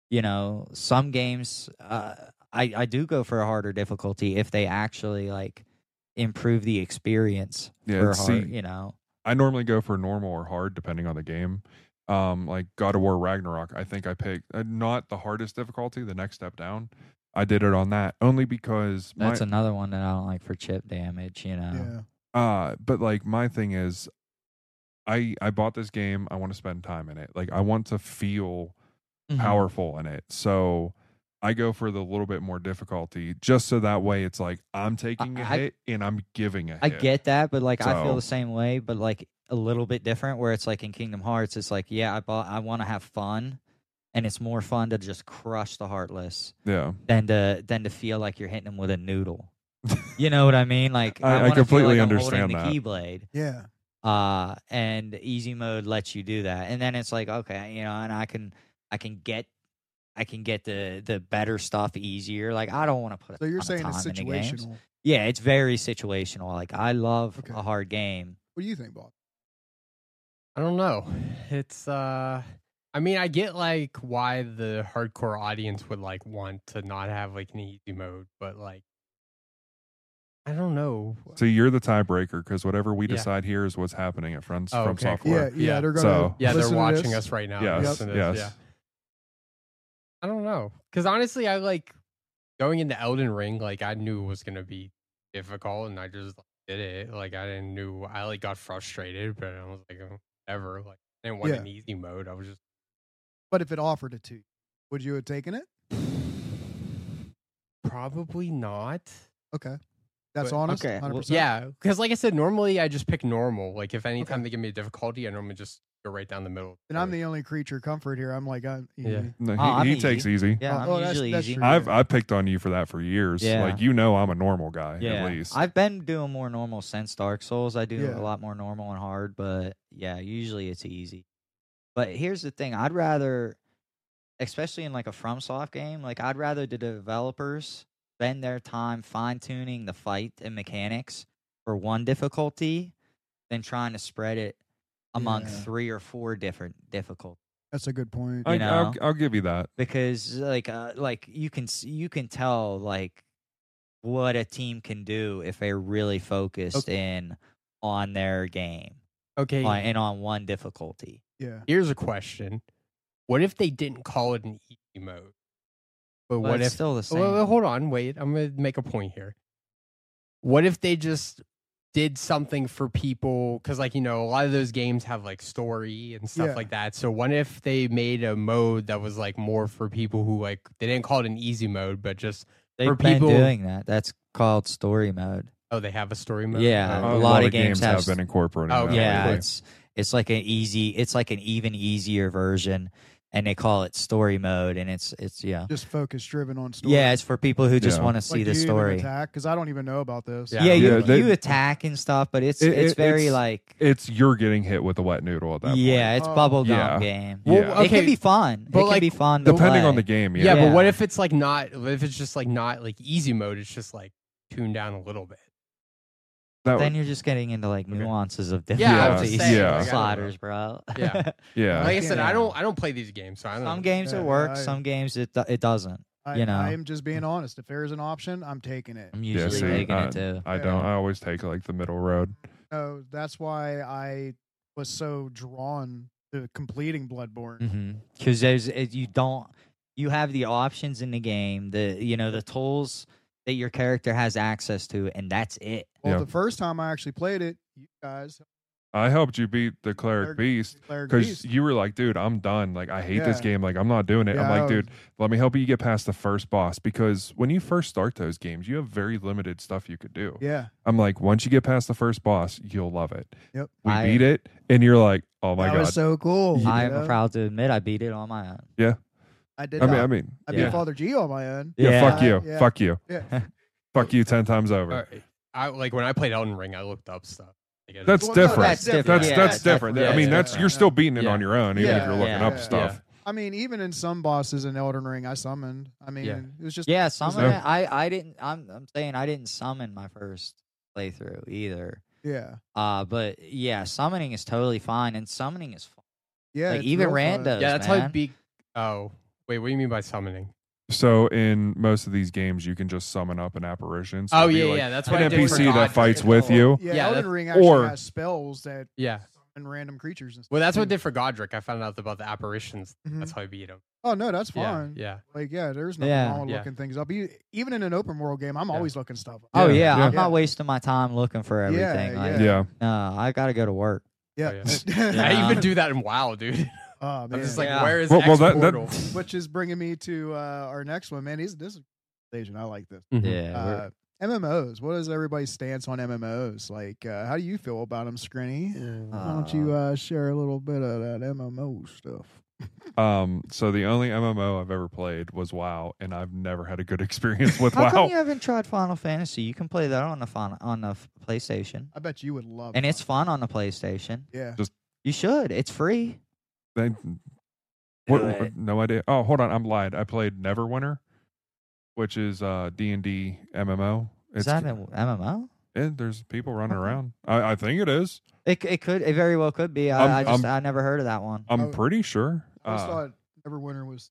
S4: you know, some games, uh, I I do go for a harder difficulty if they actually like improve the experience
S3: yeah,
S4: for
S3: see,
S4: hard. You know.
S3: I normally go for normal or hard depending on the game. Um, like God of War Ragnarok, I think I picked uh, not the hardest difficulty, the next step down. I did it on that only because my,
S4: That's another one that I don't like for chip damage, you know.
S2: Yeah.
S3: uh but like my thing is I I bought this game, I want to spend time in it. Like I want to feel Mm-hmm.
S4: Mhm.
S3: powerful in it. So I go for the little bit more difficulty just so that way it's like I'm taking a
S4: I-
S3: hit and I'm giving a
S4: I
S3: hit.
S4: get that, but like I feel the
S3: So-
S4: same way, but like a little bit different. Where it's like in Kingdom Hearts, it's like yeah, I bought, I want to have fun, and it's more fun to just crush the heartless
S3: Yeah.
S4: than to than to feel like you're hitting them with a noodle. You know what I mean? Like
S3: I- I
S4: wanna feel
S3: completely
S4: like I'm
S3: understand
S4: holding
S3: that.
S4: the keyblade.
S2: Yeah.
S4: Uh, and easy mode lets you do that, and then it's like okay, you know, and I can I can get. I can get the the better stuff easier. Like I don't want to put. a
S2: So you're
S4: ton of
S2: saying it's
S4: time into games.
S2: situational.
S4: Yeah, it's very situational. Like I love
S2: Okay.
S4: a hard game.
S2: What do you think, Bob?
S5: I don't know. It's uh I mean I get like why the hardcore audience would like want to not have like an easy mode, but like I don't know.
S3: So you're the tiebreaker because whatever we
S5: Yeah.
S3: decide here is what's happening at Friends
S5: Oh,
S3: from
S5: okay.
S3: Software.
S5: yeah,
S2: They're gonna.
S3: So-
S5: Yeah, they're
S2: listen to
S5: watching
S2: this.
S5: us right now.
S3: Yes,
S5: Listen to this,
S3: yes.
S5: I don't know. Cuz honestly I like going into Elden Ring like I knew it was going to be difficult and I just like, did it. Like I didn't knew I like got frustrated, but I was like "Oh, whatever. Like I didn't want
S2: Yeah.
S5: an easy mode. I was just
S2: But if it offered it to you, would you have taken it?
S5: Probably not.
S2: Okay. That's
S5: But-
S2: honest.
S4: okay,
S2: 100%.
S4: well,
S5: Yeah, because like I said, normally I just pick normal. Like if anytime they give me a difficulty, I normally just go right down the middle.
S2: And I'm the only creature comfort here. I'm like, I'm. you
S5: Yeah.
S2: know,
S3: No, he,
S4: Oh, I'm
S3: he
S4: easy.
S3: takes easy.
S4: Yeah,
S2: Oh,
S4: I'm
S2: oh, that's-
S4: usually
S2: that's
S4: easy.
S2: true.
S3: I've I picked on you for that for years.
S4: Yeah.
S3: Like you know, I'm a normal guy
S4: Yeah,
S3: at least.
S4: I've been doing more normal since Dark Souls. I do
S2: Yeah.
S4: a lot more normal and hard, but yeah, usually it's easy. But here's the thing: I'd rather, especially in like a FromSoft game, like I'd rather the developers spend their time fine tuning the fight and mechanics for one difficulty than trying to spread it among
S2: Yeah.
S4: three or four different difficulties.
S2: That's a good point.
S3: I,
S4: you know.
S3: will I'll give you that.
S4: because like uh, like you can s- you can tell like what a team can do if they're really focused in on their game
S5: okay.
S4: on- and on one difficulty.
S2: yeah.
S5: Here's a question: What if they didn't call it an easy mode? But
S4: But
S5: what
S4: it's
S5: if?
S4: still the same?
S5: Well, hold on, wait. I'm gonna make a point here. What if they just did something for people? Because like you know, a lot of those games have like story and stuff
S2: Yeah.
S5: like that. So what if they made a mode that was like more for people who like they didn't call it an easy mode, but just
S4: They've
S5: for
S4: been
S5: people-
S4: doing that. That's called story mode.
S5: Oh, they have a story mode.
S4: Yeah,
S5: Oh,
S3: A
S4: A
S5: okay.
S4: lot
S3: lot
S4: of
S3: of
S4: games
S3: games
S4: have
S3: have
S4: s-
S3: been incorporated.
S5: Oh,
S3: that
S4: yeah,
S5: really?
S3: lately.
S4: it's it's like an easy, it's like an even easier version, and they call it story mode, and it's it's yeah,
S2: Just focus driven on story.
S4: yeah, it's for people who just
S3: Yeah.
S4: want to
S2: Like,
S4: see
S2: do
S4: the
S2: you even
S4: story.
S2: Attack because I don't even know about this.
S5: Yeah.
S4: Yeah, you,
S3: Yeah, they-
S4: you attack and stuff, but it's
S3: It-
S4: it's
S3: it-
S4: very
S3: it's-
S4: like
S3: it's you're getting hit with a wet noodle at that point.
S4: yeah, it's
S2: Oh.
S4: bubblegum
S3: Yeah.
S4: game.
S3: Yeah.
S5: Well,
S4: It can
S5: okay,
S4: be fun.
S5: but,
S4: it can
S5: like,
S4: be fun. to
S3: Depending on
S4: play.
S3: the game, yeah.
S5: yeah,
S4: Yeah.
S5: but what if it's like not? If it's just like not like easy mode, it's just like tuned down a little bit.
S3: That
S4: Then
S3: would,
S4: you're just getting into like
S5: Okay.
S4: nuances of
S3: I
S5: Yeah,
S3: was
S4: difficulties.
S3: just saying, Yeah. like, I
S5: don't
S4: sliders, bro.
S5: Yeah.
S3: yeah.
S5: Like I said, I
S2: Yeah.
S5: don't I don't play these games, so I don't.
S4: some
S5: know.
S4: games
S2: Yeah,
S4: it works,
S2: I-
S4: some games it do- it doesn't.
S2: I,
S4: you know.
S2: I am just being honest. If there is an option, I'm taking it.
S4: I'm usually
S3: see,
S4: taking
S3: uh,
S4: it too.
S3: I don't. I always take like the middle road.
S2: No, that's why I was so drawn to completing Bloodborne.
S3: Mm,
S4: Because Mm-hmm. there's it, you don't you have the options in the game, the you know the tools that your character has access to, and that's it.
S2: Well,
S3: Yeah.
S2: the first time I actually played it, you guys,
S3: I helped you beat the cleric
S2: Cleric-
S3: beast
S2: Cleric
S3: because
S2: Beast.
S3: you were like, dude, I'm done. Like I hate this
S2: Yeah.
S3: game. Like I'm not doing it.
S2: Yeah, I
S3: I'm like,
S2: was-
S3: dude, oh let me help you get past the first boss because when you first start those games, you have very limited stuff you could do.
S2: yeah,
S3: I'm like, once you get past the first boss, you'll love it.
S2: Yep.
S3: We
S4: I-
S3: beat it, and you're like, oh my
S2: that
S3: god.
S2: was so cool.
S3: Yeah.
S2: you
S4: I'm
S2: know?
S4: proud to admit I beat it on my own.
S2: I did.
S3: I mean,
S2: not.
S3: I mean,
S2: I beat
S4: Yeah.
S2: Father G on my own.
S3: yeah,
S4: Yeah.
S3: fuck you,
S2: Yeah.
S3: fuck you,
S2: Yeah.
S3: fuck you ten times over.
S5: All right. I like when I played Elden Ring, I looked up stuff. Like, I
S3: That's
S2: Well,
S5: just-
S2: no,
S3: different.
S4: that's different.
S3: That's
S4: Yeah,
S3: that's
S4: that's
S3: different.
S5: different.
S3: I mean,
S5: Yeah,
S3: that's
S5: yeah.
S3: you're still beating it
S5: Yeah.
S3: on your own, even if
S2: Yeah.
S3: you're looking
S4: Yeah.
S3: up
S2: Yeah.
S3: stuff.
S2: I mean, even in some bosses in Elden Ring, I summoned. I mean,
S5: Yeah.
S2: it was just
S4: Yeah, some of
S3: there-
S4: it I I didn't. I'm I'm saying I didn't summon my first playthrough either.
S2: yeah,
S4: Uh, but yeah, summoning is totally fine, and summoning is fun.
S2: yeah.
S4: Like,
S2: it's
S4: even
S2: real fun.
S4: rando-
S5: yeah, that's how
S4: man.
S5: it be. Oh, wait, what do you mean by summoning?
S3: So in most of these games, you can just summon up an apparition. So
S5: oh
S3: it'd be
S5: yeah,
S3: like
S5: yeah. That's
S3: An
S5: why I did
S3: NPC
S5: forgot
S3: that
S5: to-
S3: fights with you.
S2: Yeah,
S5: Yeah,
S2: Elden
S5: that-
S2: Ring actually
S3: or-
S2: has spells that
S5: Yeah.
S2: summon random creatures and stuff.
S5: Well, that's
S4: Hmm.
S5: what I
S2: too.
S5: did for Godric. I found out about the apparitions.
S2: Mhm.
S5: That's how I beat him.
S2: Oh no, that's
S5: Yeah,
S2: fine.
S5: yeah.
S2: Like yeah, there's nothing
S4: Yeah.
S2: wrong with
S5: Yeah.
S2: looking things up. E- Even in an open world game, I'm
S5: Yeah.
S2: always looking stuff. up.
S4: Oh
S3: Yeah,
S4: yeah,
S3: yeah.
S4: I'm
S2: Yeah.
S4: not wasting my time looking for
S2: Yeah,
S4: everything. like,
S2: yeah.
S3: yeah.
S4: no, I gotta go to work.
S2: Yeah.
S5: Yeah,
S4: Yeah.
S5: I even do that in WoW, dude.
S2: Oh,
S5: I'm just
S2: man.
S5: like,
S4: Yeah.
S5: where is
S3: Well-
S5: well,
S3: well, that- that-
S5: portal?
S2: which is bringing me to uh, our next one, man. He's, this is agent. I like this.
S3: Mm-hmm.
S4: Yeah, we're-
S2: Uh, MMOs. What is everybody's stance on MMOs? Like, uh, how do you feel about them, Scrinny? Why don't you uh, share a little bit of that MMO stuff?
S3: Um. So the only MMO I've ever played was WoW, and I've never had a good experience with
S4: How come you
S3: WoW.
S4: haven't tried Final Fantasy? You can play that on the fun, on the f- PlayStation,
S2: I bet you would love.
S4: and
S2: that.
S4: it's fun on the PlayStation.
S2: yeah.
S4: You should. It's free.
S3: They-
S4: Do
S3: what,
S4: it.
S3: No idea. Oh, hold on. I'm lied. I played Neverwinter, which is uh D and D MMO.
S4: Is that an MMO?
S3: it, eh, there's people running around. I, I think it is.
S4: It c- it could it very well could be.
S3: I'm-
S4: I, I just
S3: I'm-
S4: I never heard of that one.
S3: I'm
S2: Oh.
S3: pretty sure.
S2: I always
S3: Uh,
S2: thought Neverwinter was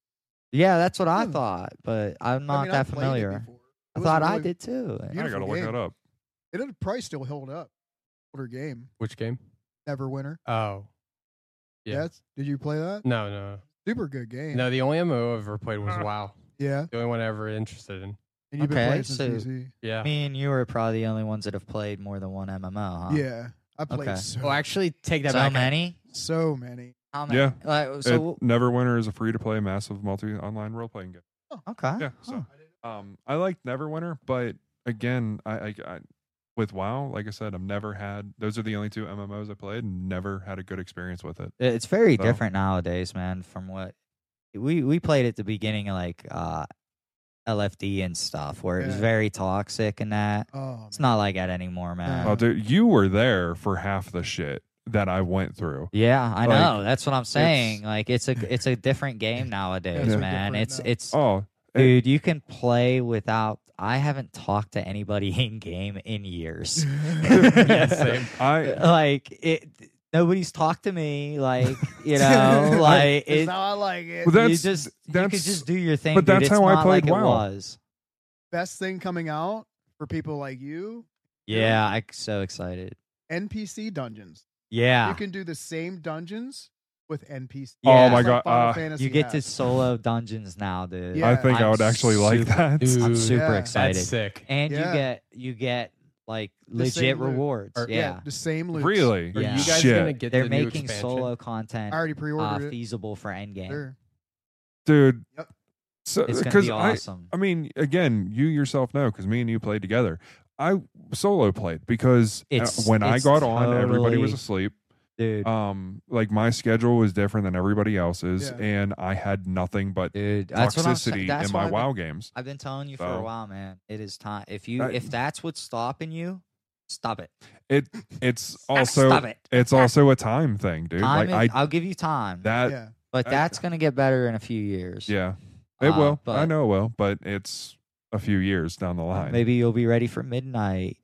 S4: Yeah, that's what I
S2: Hmm.
S4: thought, but I'm not
S2: I mean, I
S4: that
S2: played it
S4: familiar.
S2: before. It
S4: I
S2: was
S4: thought I
S2: really-
S4: did too.
S3: I gotta
S2: beautiful
S3: look
S2: game.
S3: that up.
S2: It had probably still held up. Older game.
S5: Which game?
S2: Neverwinter.
S5: Oh, Yeah.
S2: Yes. Did you play that?
S5: no, no,
S2: Super good game.
S5: no. The only MMO I've ever played was WoW.
S2: Yeah.
S5: The only one I ever interested in.
S2: And you've been
S4: Okay,
S2: playing since
S4: so-
S2: PC.
S5: Yeah.
S4: Me and you are probably the only ones that have played more than one MMO, huh?
S2: Yeah. I played
S4: Okay.
S2: so,
S5: Well, actually, take that
S4: So
S5: back.
S4: many?
S2: so many.
S4: How many?
S3: Yeah.
S4: Like,
S3: It-
S4: so
S3: Neverwinter is a free to play massive multi online role playing game.
S4: okay.
S3: Yeah. So um, I liked Neverwinter, but again, I, I, I with WoW, like I said, I've never had. Those are the only two MMOs I played, and never had a good experience with it.
S4: It- It's very
S3: So-
S4: different nowadays, man, from what we we played at the beginning of like uh LFD and stuff where it was
S2: Yeah.
S4: very toxic and that.
S2: Oh,
S4: It's not like that anymore, man.
S5: Uh-huh.
S3: Oh, dude, you were there for half the shit that I went through.
S4: Yeah, I
S3: Like,
S4: know. That's what I'm saying. Like it's a it's a different game nowadays,
S2: Yeah.
S4: man.
S2: Different
S4: It's
S2: now.
S4: it's
S3: Oh,
S4: dude, you can play without I haven't talked to anybody in game in years.
S5: yeah, same.
S3: I
S5: Uh,
S4: like it nobody's talked to me like, you know, like
S2: That's
S4: it,
S2: how I like it.
S3: Well,
S4: you
S3: that's-
S4: just you
S3: that's-
S4: could just do your thing.
S3: but
S4: dude.
S3: that's
S4: It's
S3: how I
S4: not
S3: played
S4: like
S3: WoW.
S4: It was.
S2: Best thing coming out for people like you.
S4: Yeah, I'm so excited.
S2: NPC dungeons.
S4: Yeah,
S2: You can do the same dungeons with NPC.
S4: Yeah.
S3: oh my
S2: Just like
S3: god,
S2: Final
S3: uh,
S2: Fantasy
S4: you get to
S2: has.
S4: solo dungeons now, dude.
S2: Yeah.
S3: I think i
S4: I'm
S3: would actually like
S4: super-
S3: that.
S5: Dude,
S4: I'm super
S2: Yeah.
S4: excited.
S5: that's sick.
S4: and
S2: Yeah.
S4: you get you get like legit
S2: same loot.
S4: rewards.
S5: Or-
S4: yeah.
S2: the same loot.
S3: Really?
S5: Are
S4: Yeah.
S5: you guys
S3: Shit.
S5: gonna get
S4: they're
S5: the new
S4: making
S5: expansion?
S4: solo
S2: I
S4: content
S2: already
S4: uh,
S2: pre-ordered it.
S4: feasible for endgame.
S2: Sure.
S3: dude.
S2: Yep.
S3: So
S4: It's gonna
S3: because
S4: be
S3: I,
S4: awesome.
S3: I mean, again, you yourself know because me and you played together. I solo played because uh,
S4: It's-
S3: when I
S4: it's
S3: got on, everybody was
S4: totally-
S3: asleep.
S4: dude,
S3: Um, like my schedule was different than everybody else's,
S2: Yeah.
S3: and I had nothing but
S4: dude, that's what I'm
S3: toxicity
S4: saying. That's
S3: in
S4: what
S3: my
S4: I've been-
S3: WoW games.
S4: I've been telling you for a
S3: So-
S4: while, man. It is time. If you
S3: That-
S4: if that's what's stopping you, stop it.
S3: It it's
S4: stop
S3: also
S4: it.
S3: it's also a time thing, Oh, dude.
S4: Time
S3: like
S4: is-
S3: I
S4: I'll give you time,
S3: that
S2: yeah.
S4: but
S3: I-
S4: that's gonna get better in a few years.
S3: yeah, it
S4: Uh,
S3: will. I
S4: but-
S3: know it will, but it's a few years down the line.
S4: Maybe you'll be ready for midnight.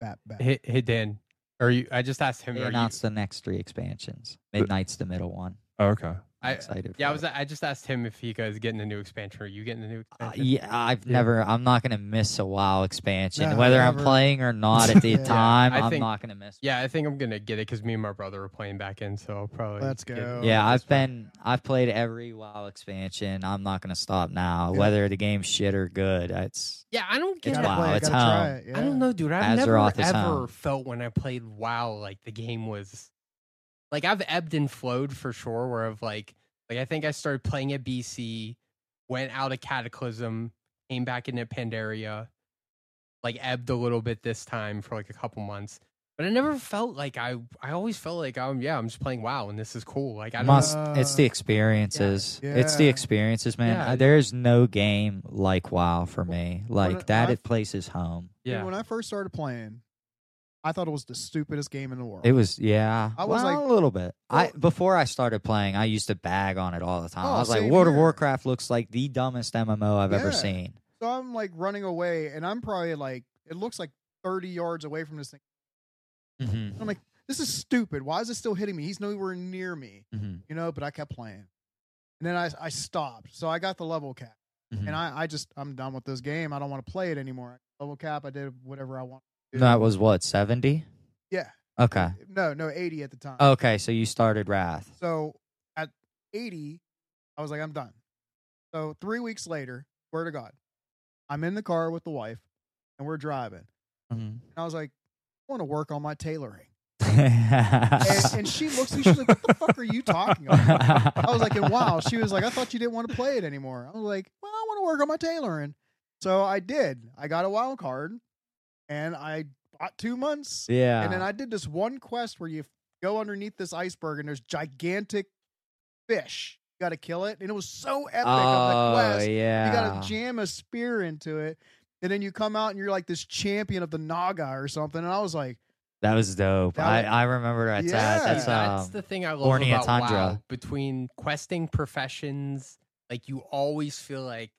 S2: Bat, bat.
S5: Hey, hey Dan, are you? I just asked him.
S4: They
S5: Are you,
S4: announced the next three expansions. Midnight's the middle one.
S3: Oh, okay.
S4: I'm
S5: I,
S4: excited.
S5: yeah,
S4: for
S5: I was.
S4: it.
S5: I just asked him if he guys getting a new expansion. Are you getting a new
S4: Uh,
S5: expansion?
S4: yeah, I've
S5: Yeah.
S4: never. I'm not gonna miss a WoW expansion,
S2: No,
S4: whether I'm
S2: never.
S4: playing or not at the
S2: Yeah.
S4: time.
S5: I
S4: I'm
S5: think-
S4: not gonna miss.
S5: Yeah, I think I'm gonna get it because me and my brother are playing back in, so I'll probably.
S2: Let's
S5: get
S2: go.
S5: it.
S4: Yeah,
S5: That's
S4: I've
S5: fine.
S4: been I've played every WoW expansion. I'm not gonna stop now.
S2: Yeah.
S4: Whether the game's shit or good, it's
S5: Yeah, I don't get.
S4: It's
S5: it.
S2: Gotta
S4: WoW,
S2: play it,
S4: it's
S2: gotta try
S4: home.
S2: it, yeah.
S5: I don't know, dude. I've
S4: Azeroth is
S5: never ever
S4: home.
S5: felt when I played WoW like the game was like I've ebbed and flowed for sure. Where I've like like I think I started playing at BC, went out of Cataclysm, came back into Pandaria, like ebbed a little bit this time for like a couple months. But I never felt like I. I always felt like I'm yeah. I'm just playing WoW and this is cool. Like I don't.
S4: must. it's the
S2: Uh,
S4: experiences. It's the
S2: Yeah.
S4: experiences, man.
S5: Yeah.
S4: Uh, There is no game like WoW for me. Like
S2: I-
S4: that,
S2: I-
S4: it places home.
S2: Dude,
S5: Yeah.
S2: When I first started playing, I thought it was the stupidest game in the world.
S4: It was yeah.
S2: I was
S4: well,
S2: like-
S4: a little bit. I
S2: Well-
S4: before I started playing, I used to bag on it all the time.
S2: Oh,
S4: I was like,
S2: same
S4: World of
S2: here.
S4: Warcraft looks like the dumbest MMO I've ever
S2: Yeah.
S4: seen.
S2: So I'm like running away, and I'm probably like, it looks like 30 yards away from this thing.
S4: hmm
S2: I'm like, this is stupid. Why is it still hitting me? He's nowhere near me,
S4: hmm
S2: you know. But I kept playing, and then I I stopped. So I got the level cap,
S4: Mhm.
S2: and I I just I'm done with this game. I don't want to play it anymore. Level cap. I did whatever I want. to do.
S4: That was what seventy.
S2: Yeah.
S4: Okay.
S2: no no 80 at the time.
S4: Okay. So you started Wrath.
S2: So at 80, I was like, I'm done. So three weeks later, swear to God, I'm in the car with the wife, and we're driving, and
S4: Mm-hmm.
S2: I was like, I want to work on my tailoring. and, and she looks at me, she's like, What the fuck are you talking about? I was like, and wow. She was like, I thought you didn't want to play it anymore. I was like, well, I want to work on my tailoring. So I did. I got a wild card and I bought two months.
S4: yeah.
S2: And then I did this one quest where you go underneath this iceberg and there's gigantic fish. You got to kill it. And it was so epic
S4: oh
S2: on the quest.
S4: yeah.
S2: You got to jam a spear into it. And then you come out and you're like this champion of the Naga or something. And I was like,
S4: that was dope.
S2: That
S4: I,
S2: was-
S4: I remember that's
S2: Yeah.
S4: that. That's,
S5: See, that's
S4: um,
S5: the thing I love
S4: Borneo
S5: about
S4: Tundra.
S5: WoW. Between questing professions, like you always feel like,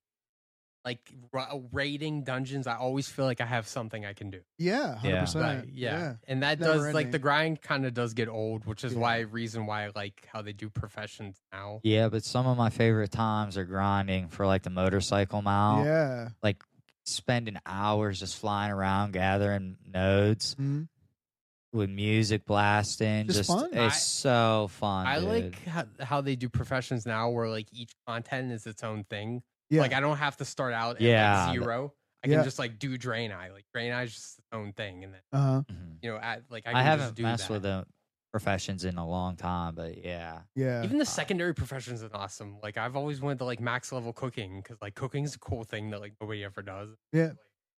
S5: like ra- uh, raiding dungeons, I always feel like I have something I can do.
S2: yeah, 100%.
S4: Yeah.
S5: Right, yeah. and that
S2: Never
S5: does like
S2: ending.
S5: the grind kind of does get old, which is
S2: Yeah.
S5: why reason why I like how they do professions now.
S4: yeah, but some of my favorite times are grinding for like the motorcycle mile.
S2: Yeah.
S4: spending hours just flying around gathering nodes
S5: Mm-hmm.
S2: Mhm.
S4: with music blasting.
S2: Just
S4: Just,
S2: fun.
S4: it's
S5: I-
S4: so fun.
S5: I
S4: dude.
S5: like how, how they do professions now, where like each content is its own thing.
S2: Yeah.
S5: Like I don't have to start out at
S4: Yeah.
S5: like, zero. I
S2: Yeah.
S5: can just like do drain eye. Like drain eye is just its own thing, and then
S2: uh-huh.
S4: Mhm.
S5: you know, at, like I,
S4: I,
S5: can just
S4: haven't
S5: do
S4: messed
S5: that.
S4: with the professions in a long time, but yeah.
S2: Yeah.
S5: Even the secondary professions is awesome. Like I've always wanted to like max level cooking because like cooking's a cool thing that like nobody ever does.
S2: Yeah.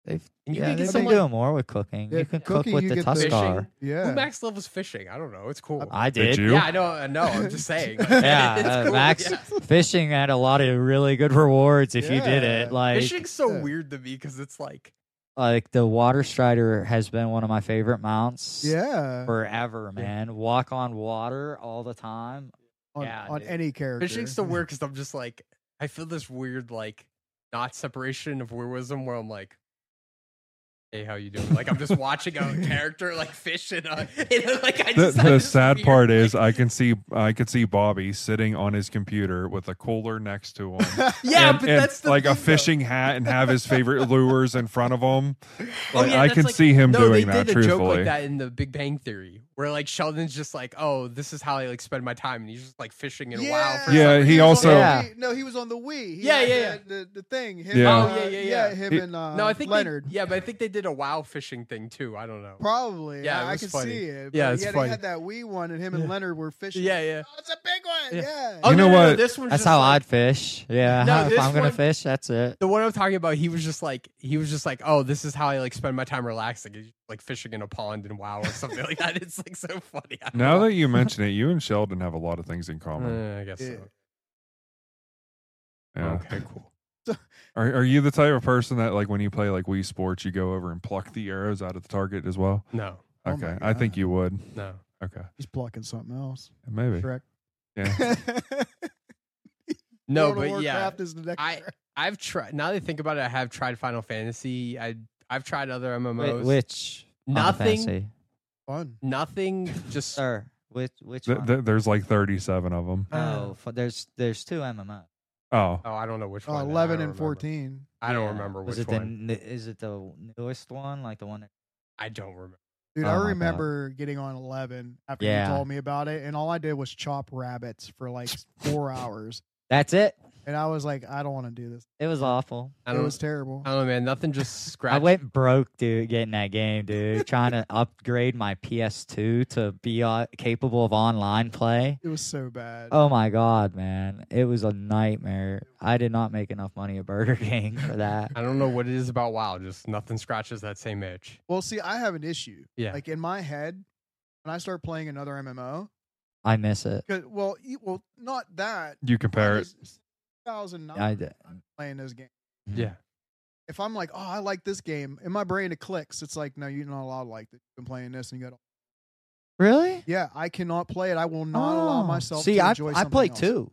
S4: They've,
S5: And you
S4: yeah,
S5: can get
S4: they've
S5: some,
S4: been
S5: like-
S4: doing more with cooking.
S2: Yeah,
S4: you can
S2: cooking,
S4: cook with
S2: you
S4: the
S2: get the-
S5: Fishing.
S4: Tuscar.
S2: yeah.
S5: Who max levels fishing? I don't know. It's cool.
S4: I
S3: Did
S4: did.
S3: you?
S5: yeah, I know. I know. I'm just saying. like,
S4: Yeah,
S5: it's
S4: uh,
S5: cool,
S4: max
S5: yeah.
S4: fishing had a lot of really good rewards if you did
S2: Yeah.
S4: it. Like
S5: Fishing's so
S2: Yeah.
S5: weird to me because it's like
S4: like the water strider has been one of my favorite mounts.
S2: Yeah.
S4: forever, man. Walk on water all the time.
S2: on,
S5: yeah,
S2: on
S5: dude.
S2: any character.
S5: fishing's so weird because I'm just like I feel this weird like not separation of weirwism where I'm like. Hey, how you doing? Like I'm just watching a character like fish in a, in a- like
S3: The,
S5: I just have
S3: the
S5: this
S3: sad
S5: weird,
S3: part is
S5: like-
S3: I can see I could see Bobby sitting on his computer with a cooler next to him.
S5: yeah,
S3: and-
S5: but
S3: and,
S5: that's the
S3: like a
S5: thing, though.
S3: fishing hat and have his favorite lures in front of him.
S5: Oh,
S3: Like,
S5: yeah,
S3: I
S5: that's
S3: can
S5: like-
S3: see him
S5: no,
S3: doing
S5: they
S3: that
S5: did a
S3: truthfully.
S5: joke like that in the Big Bang Theory, where like Sheldon's just like, "Oh, this is how I like spend my time," and he's just like fishing in a wild. For
S3: Yeah, he
S5: some reason.
S2: was on the
S4: also- Yeah.
S2: Wii- No, he was on the Wii. He
S5: Yeah,
S2: had
S5: yeah,
S2: The, the, the thing. Him,
S3: Yeah.
S2: uh,
S5: Oh, yeah, yeah, yeah.
S2: Him
S3: He-
S2: and uh,
S5: no, I think they-
S2: Leonard.
S5: yeah, but I think they did a wow fishing thing too. I don't know.
S2: Probably.
S5: Yeah,
S2: I,
S5: it
S2: I
S5: was
S2: can
S5: funny.
S2: see it.
S5: Yeah,
S2: but
S5: it's
S2: yeah, they
S5: funny.
S2: had that Wii one, and him and
S5: Yeah.
S2: Leonard were fishing.
S5: yeah, yeah.
S2: Oh, it's a big one.
S5: Yeah.
S2: Yeah.
S5: Oh,
S3: You
S5: no,
S3: know
S5: no, no,
S3: what?
S5: this one's
S4: That's
S5: just
S4: how
S5: like,
S4: I'd fish. Yeah.
S5: No,
S4: if
S5: this
S4: I'm gonna
S5: one-
S4: fish, that's it.
S5: The one I'm talking about, he was just like, he was just like, "Oh, this is how I like spend my time relaxing," He's like fishing in a pond in wow or something like that. It's like so funny. I don't
S3: Now
S5: know.
S3: that you mention it, you and Sheldon have a lot of things in common.
S5: Uh, I guess
S2: Yeah.
S5: so.
S3: Yeah.
S5: Okay, cool.
S3: Are are you the type of person that like when you play like Wii Sports, you go over and pluck the arrows out of the target as well?
S5: No,
S2: Oh
S3: Okay,
S2: my
S3: I think
S2: God.
S3: you would.
S5: no.
S3: Okay,
S2: He's plucking something else.
S3: maybe.
S2: Shrek.
S3: Yeah.
S5: No,
S2: World of
S5: but yeah,
S2: Warcraft is the next.
S5: I I've tried. Now that I think about it, I have tried Final Fantasy. I I've tried other MMOs.
S4: Wh- Which oh, Final
S5: Nothing.
S4: Fantasy.
S2: Fun.
S5: Nothing. Just
S4: Sir, which which
S3: Th-
S4: one?
S3: th- there's like 37 of
S5: Uh,
S3: them.
S4: no, f- there's there's two MMO.
S3: Oh,
S5: oh, I don't know which
S2: Oh,
S5: one. now. I
S2: 11
S5: don't
S2: and
S5: remember.
S2: 14.
S5: I don't
S4: Yeah.
S5: remember
S4: Was
S5: which
S4: it
S5: one.
S4: The, n- is it the newest one, like the one that
S5: I don't remember.
S2: Dude,
S4: Oh my
S2: I
S4: God.
S2: remember getting on 11 after
S4: Yeah.
S2: you told me about it, and all I did was chop rabbits for like four hours.
S4: That's it.
S2: And I was like, I don't want to do this.
S4: It was awful.
S5: I
S2: It
S5: don't.
S2: was terrible.
S5: I don't know, man. Nothing just
S4: I
S5: scratched.
S4: went broke, dude, getting that game, dude. Trying to upgrade my PS2 to be uh, capable of online play.
S2: It was so bad.
S4: Oh my god, man, it was a nightmare. I did not make enough money at Burger King for that.
S5: I don't know what it is about WoW. Just nothing scratches that same itch.
S2: Well, see, I have an issue.
S5: Yeah.
S2: Like in my head, when I start playing another MMO,
S4: I miss it.
S2: 'cause- well, e- well, not that.
S3: you compare it.
S2: 2009
S4: I d-
S2: playing this game.
S5: yeah.
S2: If I'm like, oh, I like this game, in my brain it clicks. It's like, no, you're not allowed to like this. You've been playing this, and you got.
S4: really.
S2: Yeah, I cannot play it. I will not allow
S4: Oh.
S2: myself.
S4: See,
S2: to
S4: I
S2: enjoy
S4: I
S2: something
S4: play
S2: else.
S4: two.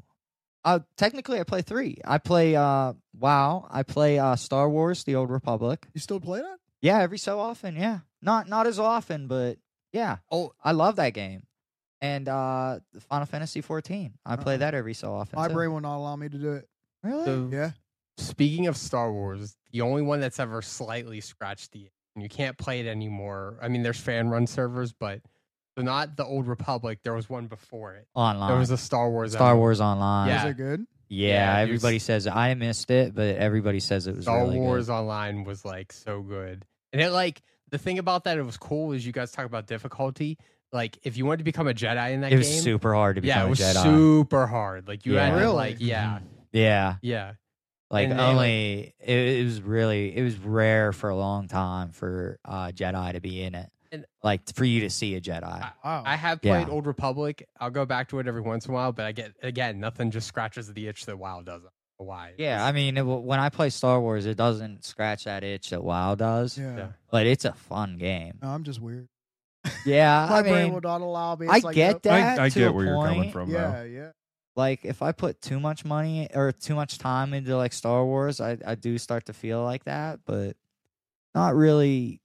S4: Uh, technically, I play three. I play uh, WoW. I play uh, Star Wars: The Old Republic.
S2: You still play that?
S4: Yeah, every so often. Yeah, not not as often, but yeah.
S5: Oh.
S4: I love that game. And uh, Final Fantasy 14. I play
S5: Uh-huh.
S2: Uh-uh.
S4: that every so often.
S2: My
S4: too.
S2: brain will not allow me to do it.
S4: really?
S5: So,
S2: Yeah.
S5: Speaking of Star Wars, the only one that's ever slightly scratched the itch, and you can't play it anymore. I mean, there's fan run servers, but they're not the old Republic. There was one before it.
S4: Online.
S5: There was a Star Wars.
S4: Star
S5: MMO.
S4: Wars Online.
S5: Yeah.
S2: Is it good?
S4: Yeah,
S5: Yeah, it
S4: everybody
S5: was-
S4: says I missed it, but everybody says it was
S5: Star
S4: really
S5: Wars
S4: good.
S5: Online was like so good. And it like the thing about that it was cool is you guys talk about difficulty. Like if you wanted to become a Jedi in that
S4: It
S5: game,
S4: was super hard to become
S5: yeah, it was
S4: a Jedi.
S5: super hard. Like you
S4: Yeah. Mm-hmm.
S5: had to,
S2: Really?
S5: like yeah,
S4: yeah,
S5: yeah.
S4: like
S5: And they, like-
S4: only it, it was really it was rare for a long time for uh, Jedi to be in it,
S5: And-
S4: like for you to see a Jedi.
S2: Wow.
S5: I have played
S4: Yeah.
S5: Old Republic. I'll go back to it every once in a while, but I get again nothing just scratches the itch that WoW doesn't. Why?
S4: yeah, I mean, it, w- when I play Star Wars, it doesn't scratch that itch that WoW does,
S2: yeah.
S5: yeah.
S4: but it's a fun game.
S2: No, I'm just weird.
S4: Yeah,
S2: My
S4: I
S2: brain
S4: mean,
S2: will not allow me.
S4: I
S2: It's like,
S4: get
S2: nope.
S4: that.
S3: I, I
S4: to a
S3: get where you're coming
S4: point.
S3: from, though.
S2: Yeah, yeah.
S4: like if I put too much money or too much time into like Star Wars, I I do start to feel like that, but not really.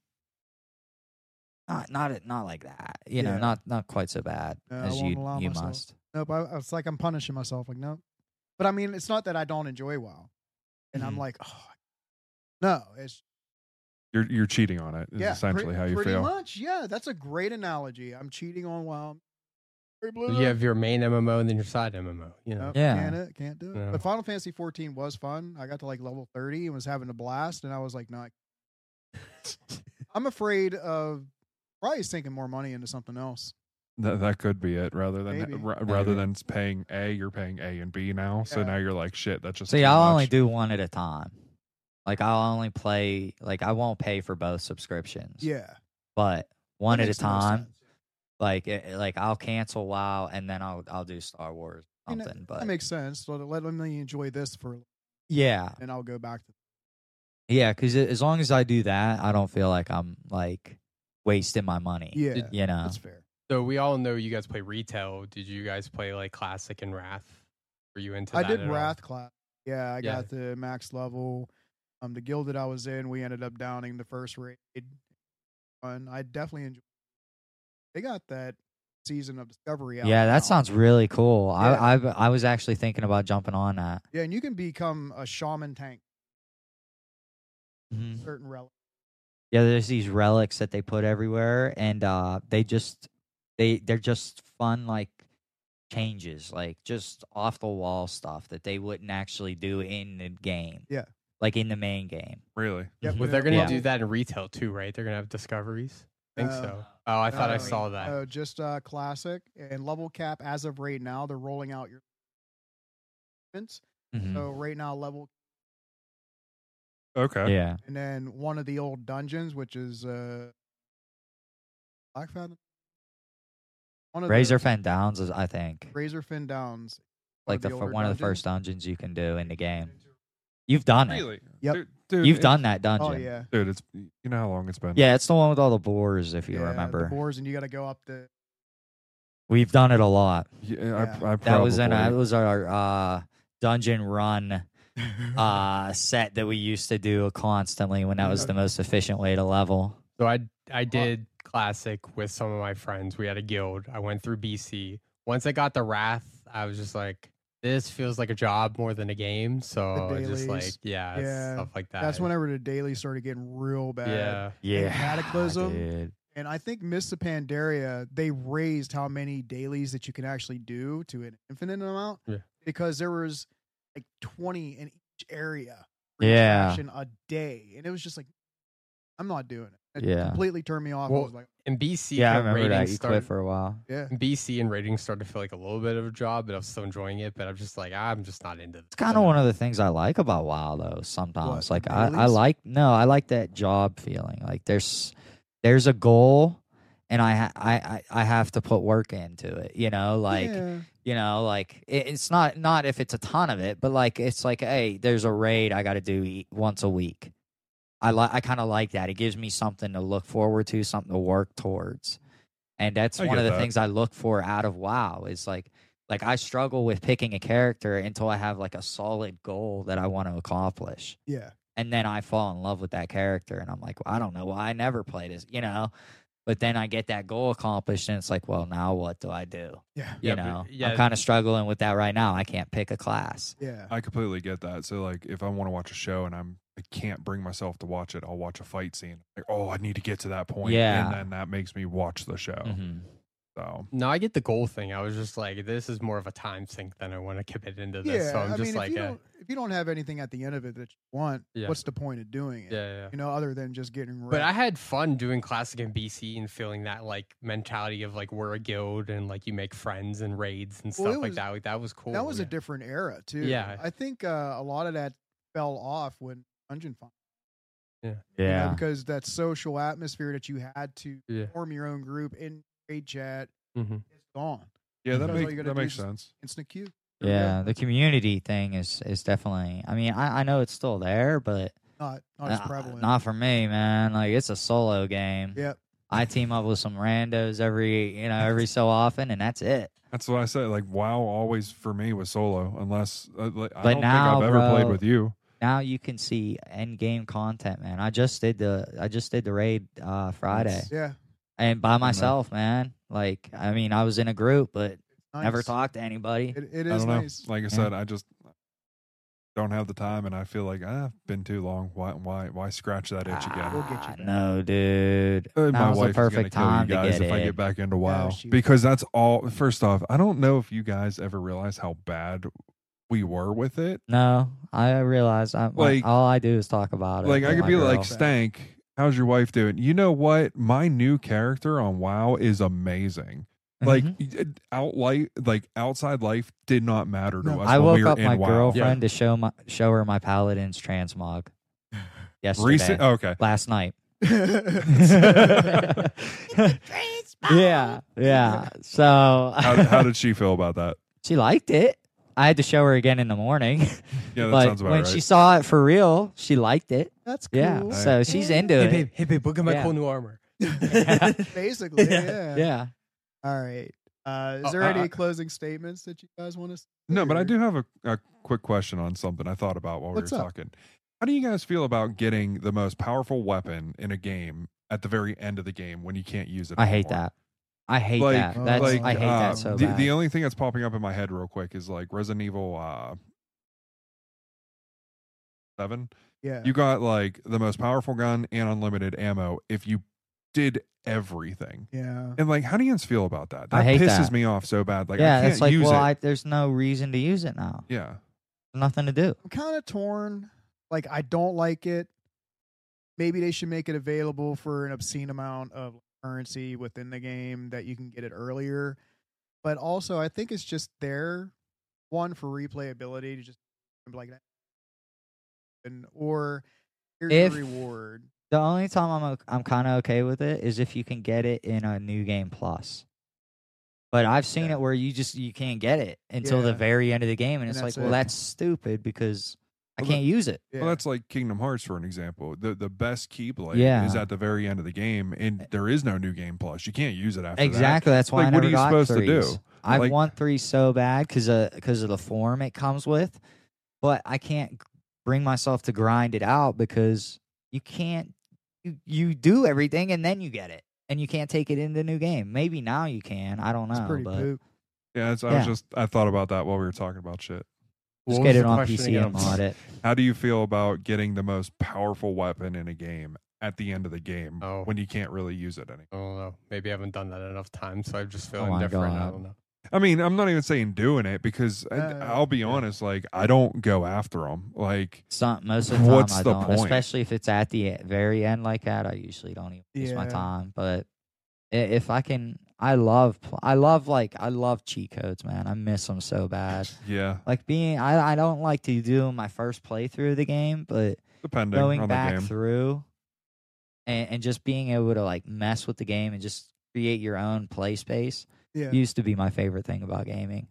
S4: Not not not like that, you know.
S2: Yeah.
S4: Not not quite so bad
S2: No, I
S4: as
S2: won't
S4: you
S2: allow
S4: you
S2: myself.
S4: must.
S2: Nope. I, I was like, I'm punishing myself. Like, nope. But I mean, it's not that I don't enjoy WoW, and I'm
S3: Mm-hmm.
S5: Mhm.
S2: like, oh, no. It's
S3: You're you're cheating on it. Is
S2: yeah, pre-
S3: essentially how you
S2: pretty
S3: feel.
S2: much. Yeah, that's a great analogy. I'm cheating on WoW. Very blue.
S5: You have your main MMO and then your side MMO. You know.
S2: Nope,
S4: Yeah.
S2: can't, it, can't do it.
S5: No.
S2: But Final Fantasy 14 was fun. I got to like level 30 and was having a blast, and I was like, no, I I'm afraid of probably sinking more money into something else.
S3: That, that could be it. Rather
S2: Maybe.
S3: than ra- rather
S4: Maybe.
S3: than paying A, you're paying A and B now. So
S2: Yeah.
S3: now you're like shit. That's just
S4: See,
S3: too
S4: I'll
S3: much.
S4: only do one at a time. Like I'll only play. Like I won't pay for both subscriptions.
S2: Yeah,
S4: but one
S2: That
S4: at a
S2: makes the most
S4: time.
S2: sense.
S4: Like it, like I'll cancel WoW and then I'll I'll do Star Wars
S2: I mean, that-
S4: something. but
S2: That makes sense. Let, let me enjoy this for,
S4: yeah,
S2: and I'll go back to.
S4: Yeah, because as long as I do that, I don't feel like I'm like wasting my money.
S2: Yeah,
S4: You know,
S2: that's fair.
S5: So we all know you guys play retail. Did you guys play like classic and Wrath? Were you into
S2: I
S5: that?
S2: did
S5: at all?
S2: Wrath class. Yeah, I
S5: Yeah.
S2: got the max level. Um, the guild that I was in, we ended up downing the first raid. Fun. I definitely enjoyed. They got that season of Discovery out.
S4: yeah, that
S2: now.
S4: sounds really cool.
S2: Yeah.
S4: I, I I was actually thinking about jumping on that.
S2: Yeah, and you can become a shaman tank. Certain relic.
S4: Yeah, there's these relics that they put everywhere, and uh, they just they they're just fun like changes, like just off the wall stuff that they wouldn't actually do in the game.
S2: Yeah.
S4: like in the main game.
S3: really.
S2: Yep,
S5: Well,
S2: the
S5: they're gonna
S4: Yeah.
S5: do that in retail too, right? They're gonna have discoveries. I think
S2: Uh,
S5: so. Oh, I thought I
S2: uh,
S5: saw that.
S2: Uh, just uh, classic and level cap as of right now. They're rolling out your.
S4: Mhm.
S2: So right now, level
S3: Okay.
S4: Yeah,
S2: and then one of the old dungeons, which is uh, Black Fathom. One of the-
S4: Razorfin Downs is I think
S2: Razorfin Downs, one
S4: like
S2: of
S4: the,
S2: the
S4: fir-
S2: older
S4: one of the
S2: dungeons.
S4: first dungeons you can do in the game. You've done it.
S3: Really.
S2: Yep.
S3: Dude, dude,
S4: You've
S3: it-
S4: done that dungeon.
S2: Oh yeah,
S3: Dude, it's you know how long it's been.
S4: Yeah, it's the one with all the boars, if you
S2: Yeah,
S4: remember.
S2: the boars, and you got to go up the.
S4: We've done it a lot.
S3: Yeah, I,
S2: Yeah.
S3: I probably.
S4: That was in that was our uh, dungeon run Ah, uh, set that we used to do constantly when that was the most efficient way to level.
S5: So I I did classic with some of my friends. We had a guild. I went through BC. Once I got the Wrath, I was just like, this feels like a job more than a game. So I just
S2: dailies.
S5: like yeah, it's
S2: Yeah,
S5: stuff like that.
S2: That's whenever the daily started getting real bad.
S5: yeah.
S2: Yeah,
S4: Ah,
S2: Cataclysm. And I think Mists of Pandaria, they raised how many dailies that you can actually do to an infinite amount.
S5: Yeah.
S2: Because there was like 20 in each area for each
S4: Yeah.
S2: faction a day. And it was just like, I'm not doing it. It
S4: Yeah.
S2: completely turned me off. I
S5: Well-
S2: was like,
S5: And BC
S4: Yeah, I
S5: and
S4: remember that.
S5: ratings
S4: You
S5: started-
S4: quit for a while.
S2: yeah.
S5: BC and ratings started to feel like a little bit of a job, but I'm still enjoying it. But I'm just like, I'm just not into.
S4: It's kind of one of the things I like about WoW, though.
S2: What,
S4: Sometimes, like
S2: the
S4: I, I
S2: dailies?
S4: like no, I like that job feeling. Like there's there's a goal, and I ha- I I I have to put work into it. You know, like
S2: yeah.
S4: you know, like it, it's not not if it's a ton of it, but like it's like hey, there's a raid I got to do e- once a week. I like I kind of like that. It gives me something to look forward to, something to work towards, and that's
S3: I
S4: one of
S3: get
S4: the
S3: that.
S4: things I look for out of WoW. Is like like I struggle with picking a character until I have like a solid goal that I want to accomplish,
S2: yeah.
S4: and then I fall in love with that character, and I'm like, well, I don't know why I never played this, you know. But then I get that goal accomplished, and it's like, well, now what do I do?
S2: Yeah.
S4: you
S5: Yeah, but-
S4: know
S5: yeah.
S4: i'm kind of struggling with that right now i can't pick a class
S2: Yeah.
S3: I completely get that. So like if I want to watch a show and I'm I can't bring myself to watch it, I'll watch a fight scene. Like, oh, I need to get to that point.
S4: Yeah.
S3: And then that makes me watch the
S2: Oh.
S3: show.
S4: Mm-hmm.
S3: So
S5: No, I get the goal thing. I was just like, this is more of a time sink than I want to commit into this.
S2: yeah.
S5: so I'm
S2: I
S5: just
S2: mean,
S5: like,
S2: if you,
S5: eh,
S2: don't, if you don't have anything at the end of it that you want,
S5: Yeah.
S2: what's the point of doing it?
S5: yeah, yeah.
S2: You know, other than just getting wrecked.
S5: But I had fun doing classic and BC and feeling that like mentality of like we're a guild and like you make friends and raids and
S2: Well,
S5: stuff
S2: it
S5: like
S2: was-
S5: that. Like that was cool.
S2: That was
S5: yeah.
S2: a different era too.
S5: Yeah.
S2: I think uh, a lot of that fell off when Dungeon Find. you know,
S4: yeah
S2: because that social atmosphere that you had to
S5: Yeah.
S2: form your own group in trade chat
S5: Mhm.
S2: is gone.
S3: yeah, that
S2: That's all
S3: makes
S2: you gotta
S3: that
S2: do
S3: makes
S2: is-
S3: sense.
S2: Instant queue.
S4: yeah the community thing is is definitely i mean i, I know it's still there but
S2: Not not as
S4: uh,
S2: Oh, prevalent.
S4: not for me man like it's a solo game
S2: Yep.
S4: i team up with some randos every you know every so often and that's it
S3: That's what I said. Like WoW always for me was solo, unless uh, like, I
S4: But
S3: don't
S4: now,
S3: think I've ever played
S4: bro,
S3: with you.
S4: now you can see end game content man i just did the i just did the raid uh friday
S2: yeah.
S4: and by
S3: know.
S4: myself man like i mean i was in a group but
S2: Nice.
S4: never talked to anybody
S2: It, it
S3: I
S2: is
S3: don't know.
S2: nice.
S3: Like I said, I just don't have the time, and I feel like ah, I've been too long. Why why why scratch that itch again?
S2: We'll get you
S4: Ah,
S2: back.
S4: no, dude.
S3: Uh,
S4: that
S3: my
S4: was
S3: wife
S4: the
S3: is gonna
S4: perfect
S3: kill you
S4: time to
S3: guys
S4: get
S3: if I
S4: it.
S3: get back into WoW
S2: she-
S3: because that's all. First off, I don't know if you guys ever realize how bad we were with it.
S4: No, I realize I'm
S3: Like-
S4: like all I do is talk about it.
S3: Like
S4: with
S3: I could
S4: my
S3: be
S4: girl.
S3: like Stank, how's your wife doing? You know what? My new character on WoW is amazing. Like
S4: Mhm.
S3: it- out light, like outside life did not matter to
S2: No.
S3: us.
S4: I
S3: when
S4: woke
S3: we were
S4: up
S3: in
S4: my
S3: WoW.
S4: girlfriend to show my show her my paladin's transmog yesterday,
S3: Recent, oh. okay.
S4: last night.
S2: yeah.
S4: yeah, yeah. So
S3: How, how did she feel about that?
S4: she liked it. I had to show her again in the morning,
S3: Yeah, that
S4: but
S3: sounds about
S4: when
S3: right.
S4: she saw it for real, she liked it.
S2: That's cool.
S4: Yeah, so she's into
S5: Hey
S4: it.
S5: babe, hey babe, look at my
S4: Yeah.
S5: cool new armor.
S2: Basically, yeah.
S4: yeah.
S2: All right. Uh, is
S5: Oh,
S2: there
S5: uh,
S2: any
S5: uh,
S2: closing statements that you guys want to?
S3: No, but I do have a, a quick question on something I thought about while
S2: What's
S3: we were
S2: up?
S3: talking. How do you guys feel about getting the most powerful weapon in a game at the very end of the game when you can't use it?
S4: I hate
S3: anymore?
S4: that. I hate
S3: Like-
S4: that. That's
S3: like,
S4: I hate
S3: uh,
S4: that so
S3: the,
S4: bad.
S3: the only thing that's popping up in my head real quick is like Resident Evil uh, Seven.
S2: Yeah.
S3: You got like the most powerful gun and unlimited ammo if you did everything.
S2: yeah.
S3: And like, how do you guys feel about that? That
S4: I hate
S3: pisses
S4: that.
S3: me off so bad. Like, I
S4: yeah,
S3: can't
S4: it's like
S3: use
S4: well,
S3: it.
S4: I, there's no reason to use it now.
S3: yeah,
S4: Nothing to do.
S2: I'm kind of torn. Like I don't like it. Maybe they should make it available for an obscene amount of currency within the game that you can get it earlier. But also, I think it's just there one for replayability to just be like that, and or here's
S4: If-
S2: your reward.
S4: The only time I'm o- I'm kind of okay with it is if you can get it in a new game plus. But I've seen
S2: Yeah.
S4: it where you just you can't get it until the
S2: Yeah.
S4: very end of the game, and,
S2: And
S4: it's
S2: that's
S4: like, well,
S2: it.
S4: that's stupid because I
S3: Well, the-
S4: can't use it.
S2: Yeah.
S3: Well, that's like Kingdom Hearts for an example. The the best keyblade
S4: Yeah. Eh.
S3: is at the very end of the game, and there is no new game plus. You can't use it after
S4: Exactly. That's why
S3: Like,
S4: I
S3: what are
S4: never
S3: you
S4: got
S3: supposed to
S4: threes.
S3: do?
S4: I
S3: Like-
S4: want three so bad because of because of the form it comes with, but I can't g- bring myself to grind it out because you can't you, you do everything and then you get it, and you can't take it in the new game. Maybe now you can. I don't know,
S2: It's pretty
S4: but
S2: poop.
S3: Yeah, that's, I was
S4: Yeah.
S3: just I thought about that while we were talking about shit.
S5: What
S4: just
S5: was
S4: get it
S5: the
S4: on
S5: question
S4: PC
S5: again?
S4: and mod it.
S3: How do you feel about getting the most powerful weapon in a game at the end of the game
S5: Oh.
S3: when you can't really use it anymore?
S5: I don't know. Maybe I haven't done that enough times, so I just feel
S4: Oh my
S5: indifferent. I
S4: God.
S5: don't know.
S3: I mean, I'm not even saying doing it because I,
S2: Uh,
S3: I'll be
S2: yeah.
S3: honest, like I don't go after them. Like
S4: Some, most of the time,
S3: What's
S4: I
S3: the
S4: don't.
S3: point?
S4: Especially if it's at the e, very end like that, I usually don't even waste my
S2: Yeah.
S4: time. But i- if I can, I love, pl- I love like, I love cheat codes, man. I miss them so bad.
S3: yeah,
S4: Like being, I, I don't like to do 'em my first playthrough of the game, but
S3: depending
S4: going
S3: on
S4: back
S3: the game.
S4: through and, and just being able to like mess with the game and just create your own play space
S2: Yeah.
S4: used to be my favorite thing about gaming,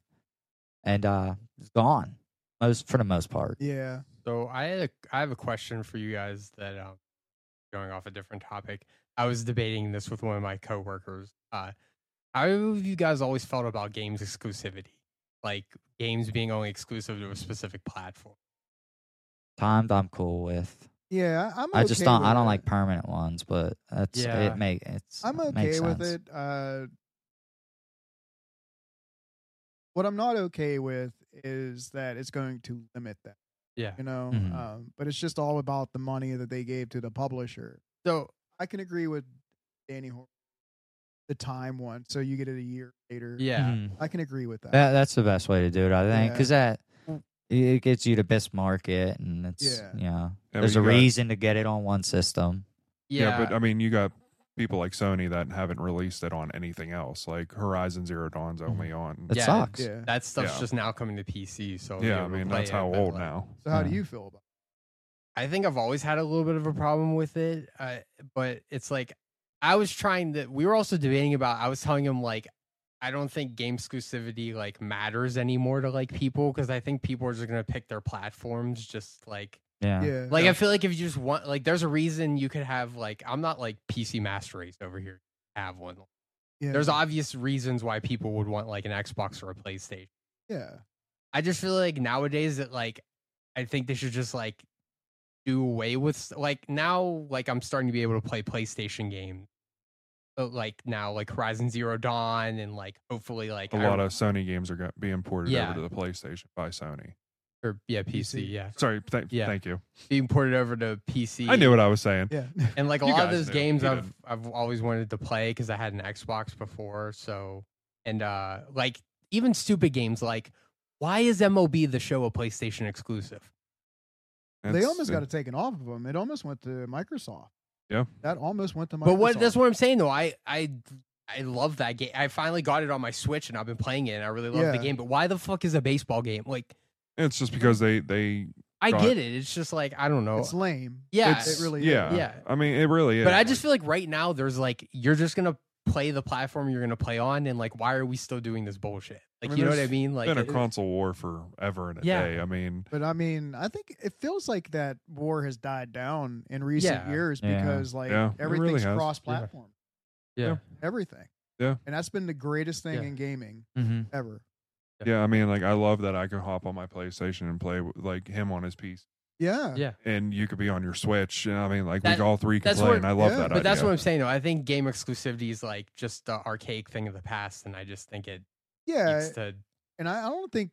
S4: and uh, it's gone most for the most part.
S2: yeah.
S5: So I had a, I have a question for you guys that um, going off a different topic. I was debating this with one of my coworkers. Uh, how have you guys always felt about games exclusivity, like games being only exclusive to a specific platform?
S4: Timed, I'm cool with.
S2: Yeah. I- I'm
S4: I just
S2: okay
S4: don't.
S2: with
S4: I don't
S2: it.
S4: like permanent ones, but that's
S5: Yeah.
S4: it. Make it's.
S2: I'm
S4: it
S2: okay
S4: makes
S2: with
S4: sense.
S2: it. Uh, what I'm not okay with is that it's going to limit that,
S5: Yeah.
S2: you know.
S4: Mhm.
S2: Um, but it's just all about the money that they gave to the publisher.
S5: So
S2: I can agree with Danny Hor the time one, so you get it a year later.
S5: yeah,
S3: Mm-hmm.
S4: Mhm.
S2: Hmm.
S3: Mm.
S2: I can agree with that.
S4: That that's the best way to do it, I think,
S2: Yeah.
S4: because that it gets you the best market, and it's
S2: Yeah.
S4: yeah. You know,
S3: Yeah,
S4: there's
S3: but
S4: a
S3: you got-
S4: reason to get it on one system.
S5: yeah,
S3: but I mean, you got people like Sony that haven't released it on anything else. Like Horizon Zero Dawn's
S2: Mm-hmm.
S3: only on.
S4: That
S5: Yeah,
S4: sucks.
S2: yeah.
S5: that stuff's
S3: uh, Yeah.
S5: just now coming to PC. So I'll be
S3: yeah, I
S5: able to
S3: mean
S5: play
S3: that's
S5: it,
S3: how
S5: but,
S3: old
S5: like,
S3: now.
S2: So how do
S4: Yeah.
S2: you feel about?
S5: I think I've always had a little bit of a problem with it, uh, but it's like I was trying to. We were also debating about. I was telling him like, I don't think game exclusivity like matters anymore to like people because I think people are just gonna pick their platforms. Just like,
S4: Yeah.
S2: It? Yeah.
S5: like I feel like if you just want, like, there's a reason you could have like. I'm not like PC Master Race over here. Have one.
S2: yeah.
S5: There's obvious reasons why people would want like an Xbox or a PlayStation.
S2: yeah.
S5: I just feel like nowadays that like I think they should just like do away with s- like now like I'm starting to be able to play PlayStation games. But like now like Horizon Zero Dawn and like hopefully like
S3: A
S5: I-
S3: lot of Sony games are go- being ported
S5: Yeah.
S3: over to the PlayStation by Sony.
S5: or, yeah PC,
S2: PC.
S5: yeah
S3: Sorry, th-
S5: Yeah.
S3: thank you.
S5: being ported over to PC.
S3: I knew what I was saying.
S2: Yeah.
S5: And like a
S3: You
S5: lot of
S3: guys
S5: those
S3: knew.
S5: games
S3: You
S5: I've I've always wanted to play because I had an Xbox before. So and uh like even stupid games like why is MLB the show a PlayStation exclusive?
S2: they
S3: It's-
S2: almost got
S3: it-
S2: it taken off of them. It almost went to Microsoft.
S3: Yeah.
S2: That almost went to Microsoft.
S5: But what that's what I'm saying though. I I I love that game. I finally got it on my Switch and I've been playing it and I really love the
S2: Yeah.
S5: game. But why the fuck is a baseball game? Like
S3: It's just because they they
S5: I
S3: Right.
S5: get it. It's just like I don't know.
S2: It's lame.
S5: yeah.
S3: Oh, it's-
S2: It really is.
S3: yeah
S5: Yeah.
S3: I mean, it really is.
S5: but I just feel like right now there's like you're just gonna play the platform you're gonna play on and like why are we still doing this bullshit?
S3: I
S5: Like
S3: mean,
S5: you know what
S3: there's
S5: I mean? Like
S3: been a
S5: it-
S3: console war forever and a
S5: Yeah.
S3: day. I mean,
S2: But I mean, I think it feels like that war has died down in recent
S5: Yeah.
S2: years
S4: Yeah.
S2: because like
S3: Yeah, it really
S2: everything's
S3: has.
S2: cross platform.
S5: yeah.
S2: Everything.
S3: Yeah.
S2: And that's been the greatest thing
S5: Yeah.
S2: in gaming
S4: Mm-hmm.
S2: ever.
S5: Yeah.
S3: yeah. I mean, like I love that I can hop on my PlayStation and play with, like him on his piece,
S2: Yeah.
S5: Yeah.
S3: and you could be on your Switch. And I mean, like
S5: That-
S3: we all three can
S5: that's
S3: play,
S5: what-
S3: and I love
S2: yeah.
S3: that.
S5: But that's
S3: idea.
S5: what I'm saying though. I think game exclusivity is like just the archaic thing of the past and I just think it
S2: Yeah.
S5: needs to
S2: And I, I don't think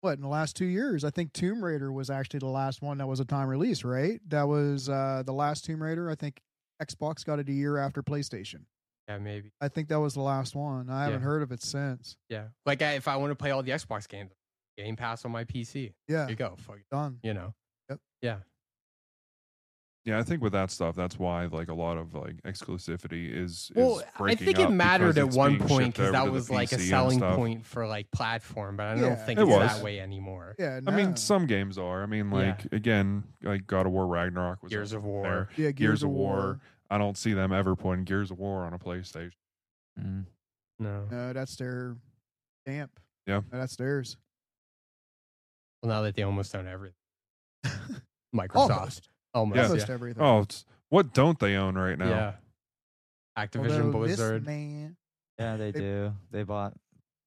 S2: what in the last two years, I think Tomb Raider was actually the last one that was a time release, right? That was uh the last Tomb Raider. I think Xbox got it a year after PlayStation.
S5: yeah, maybe.
S2: I think that was the last one. I haven't
S5: Yeah.
S2: heard of it since.
S5: Yeah. Like I, if I want to play all the Xbox games, Game Pass on my PC.
S2: Yeah.
S5: There you go. Fuck it.
S2: Done.
S5: You know.
S3: Yeah, I think with that stuff, that's why like a lot of like exclusivity is.
S5: Well,
S3: is
S5: I
S3: breaking
S5: think it
S3: up
S5: mattered
S3: because
S5: at
S3: it's
S5: one
S3: being
S5: point
S3: shipped over
S5: because
S3: to
S5: that
S3: the
S5: was like a
S3: PC and
S5: selling
S3: stuff.
S5: point for like platform, but I
S2: Yeah.
S5: don't think
S3: It
S5: it's
S3: was.
S5: that way anymore.
S2: Yeah.
S3: I mean,
S2: no.
S3: some games are. I mean,
S5: Yeah.
S3: like again, like God of War Ragnarok was
S5: Gears of War.
S3: there.
S2: yeah, Gears,
S3: Gears of War. I don't see them ever putting Gears of War on a PlayStation.
S4: Mm-hmm.
S5: No.
S2: No, that's their stamp.
S3: Yeah.
S2: No, that's theirs.
S5: Well, now that they almost own everything. Microsoft.
S2: Almost.
S5: Almost.
S2: Almost
S5: yeah.
S2: everything.
S3: Oh, it's, what don't they own right now?
S5: Yeah. Activision
S2: Although this
S5: Blizzard.
S2: man.
S4: Yeah, they
S2: They-
S4: do. They bought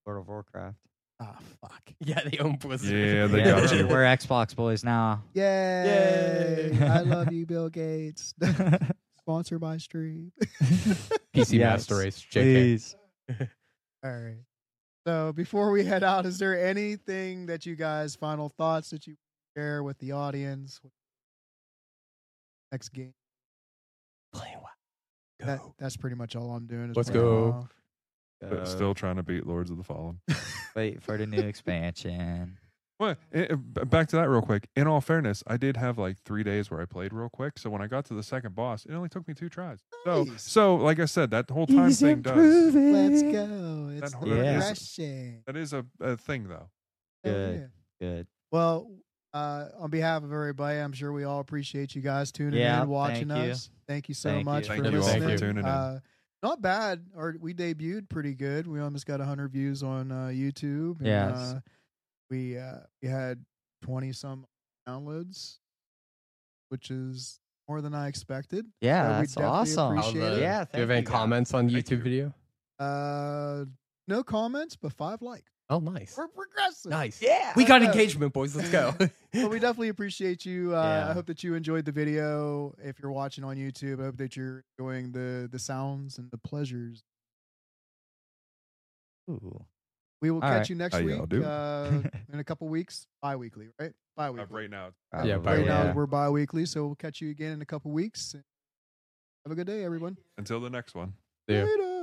S4: World of Warcraft.
S2: Ah, fuck.
S5: yeah, they own Blizzard.
S3: Yeah, they
S4: yeah,
S3: got
S4: we're,
S3: you.
S4: we're Xbox boys now.
S2: Yay.
S5: Yay.
S2: I love you, Bill Gates. Sponsored by Stream.
S4: Yes,
S5: PC Master Race, JK.
S4: Please.
S2: All right. So before we head out, is there anything that you guys final thoughts that you share with the audience? Next game.
S5: Playing WoW. Go.
S2: That, that's pretty much all I'm doing. is
S5: Let's
S2: playing
S5: go.
S2: WoW.
S3: but
S4: Uh,
S3: still trying to beat Lords of the Fallen.
S4: Wait for the new expansion.
S3: Well, i- i- b- back to that real quick. In all fairness, I did have like three days where I played real quick. So when I got to the second boss, it only took me two tries. So,
S2: Nice.
S3: so like I said, that whole time thing does.
S2: Let's go. It's
S3: That-
S4: Yeah.
S2: refreshing.
S3: That is a, a thing, though.
S2: Hell
S4: Good.
S2: Oh, yeah.
S4: Good.
S2: Well, uh, on behalf of everybody, I'm sure we all appreciate you guys tuning
S4: Yeah,
S2: in, watching
S4: thank you.
S2: us. Thank you so
S4: Thank
S2: much
S4: you.
S3: Thank
S2: for
S5: you all for
S2: listening.
S3: tuning in.
S2: Uh, not bad. Or we debuted pretty good. We almost got 100 views on uh, YouTube. and,
S4: Yes.
S2: uh, we uh, we had 20 some downloads, which is more than I expected.
S4: Yeah,
S2: we
S4: that's
S2: definitely
S4: awesome.
S2: appreciate it.
S4: Yeah,
S5: Do you have
S4: thank
S5: any
S4: you, guys.
S5: comments on the
S3: Thank
S5: YouTube
S3: you.
S5: video?
S2: Uh, no comments, but five likes.
S5: Oh, nice.
S2: We're progressing.
S5: Nice.
S4: Yeah.
S5: We got
S2: Yeah.
S5: engagement, boys. Let's go.
S2: but we definitely appreciate you. Uh, I
S4: Yeah.
S2: hope that you enjoyed the video. If you're watching on YouTube, I hope that you're enjoying the the sounds and the pleasures.
S4: Ooh.
S2: We will
S4: All
S2: catch
S4: right.
S2: you next
S3: How y'all
S2: week
S3: do?
S2: uh, in a couple weeks, bi-weekly, right?
S3: Uh,
S2: Bi-weekly.
S3: right now,
S5: Yeah,
S2: Right
S5: bi-weekly.
S2: now
S5: Yeah.
S2: we're bi-weekly, so we'll catch you again in a couple weeks. Have a good day, everyone.
S3: until the next one.
S5: Yeah.
S2: Later.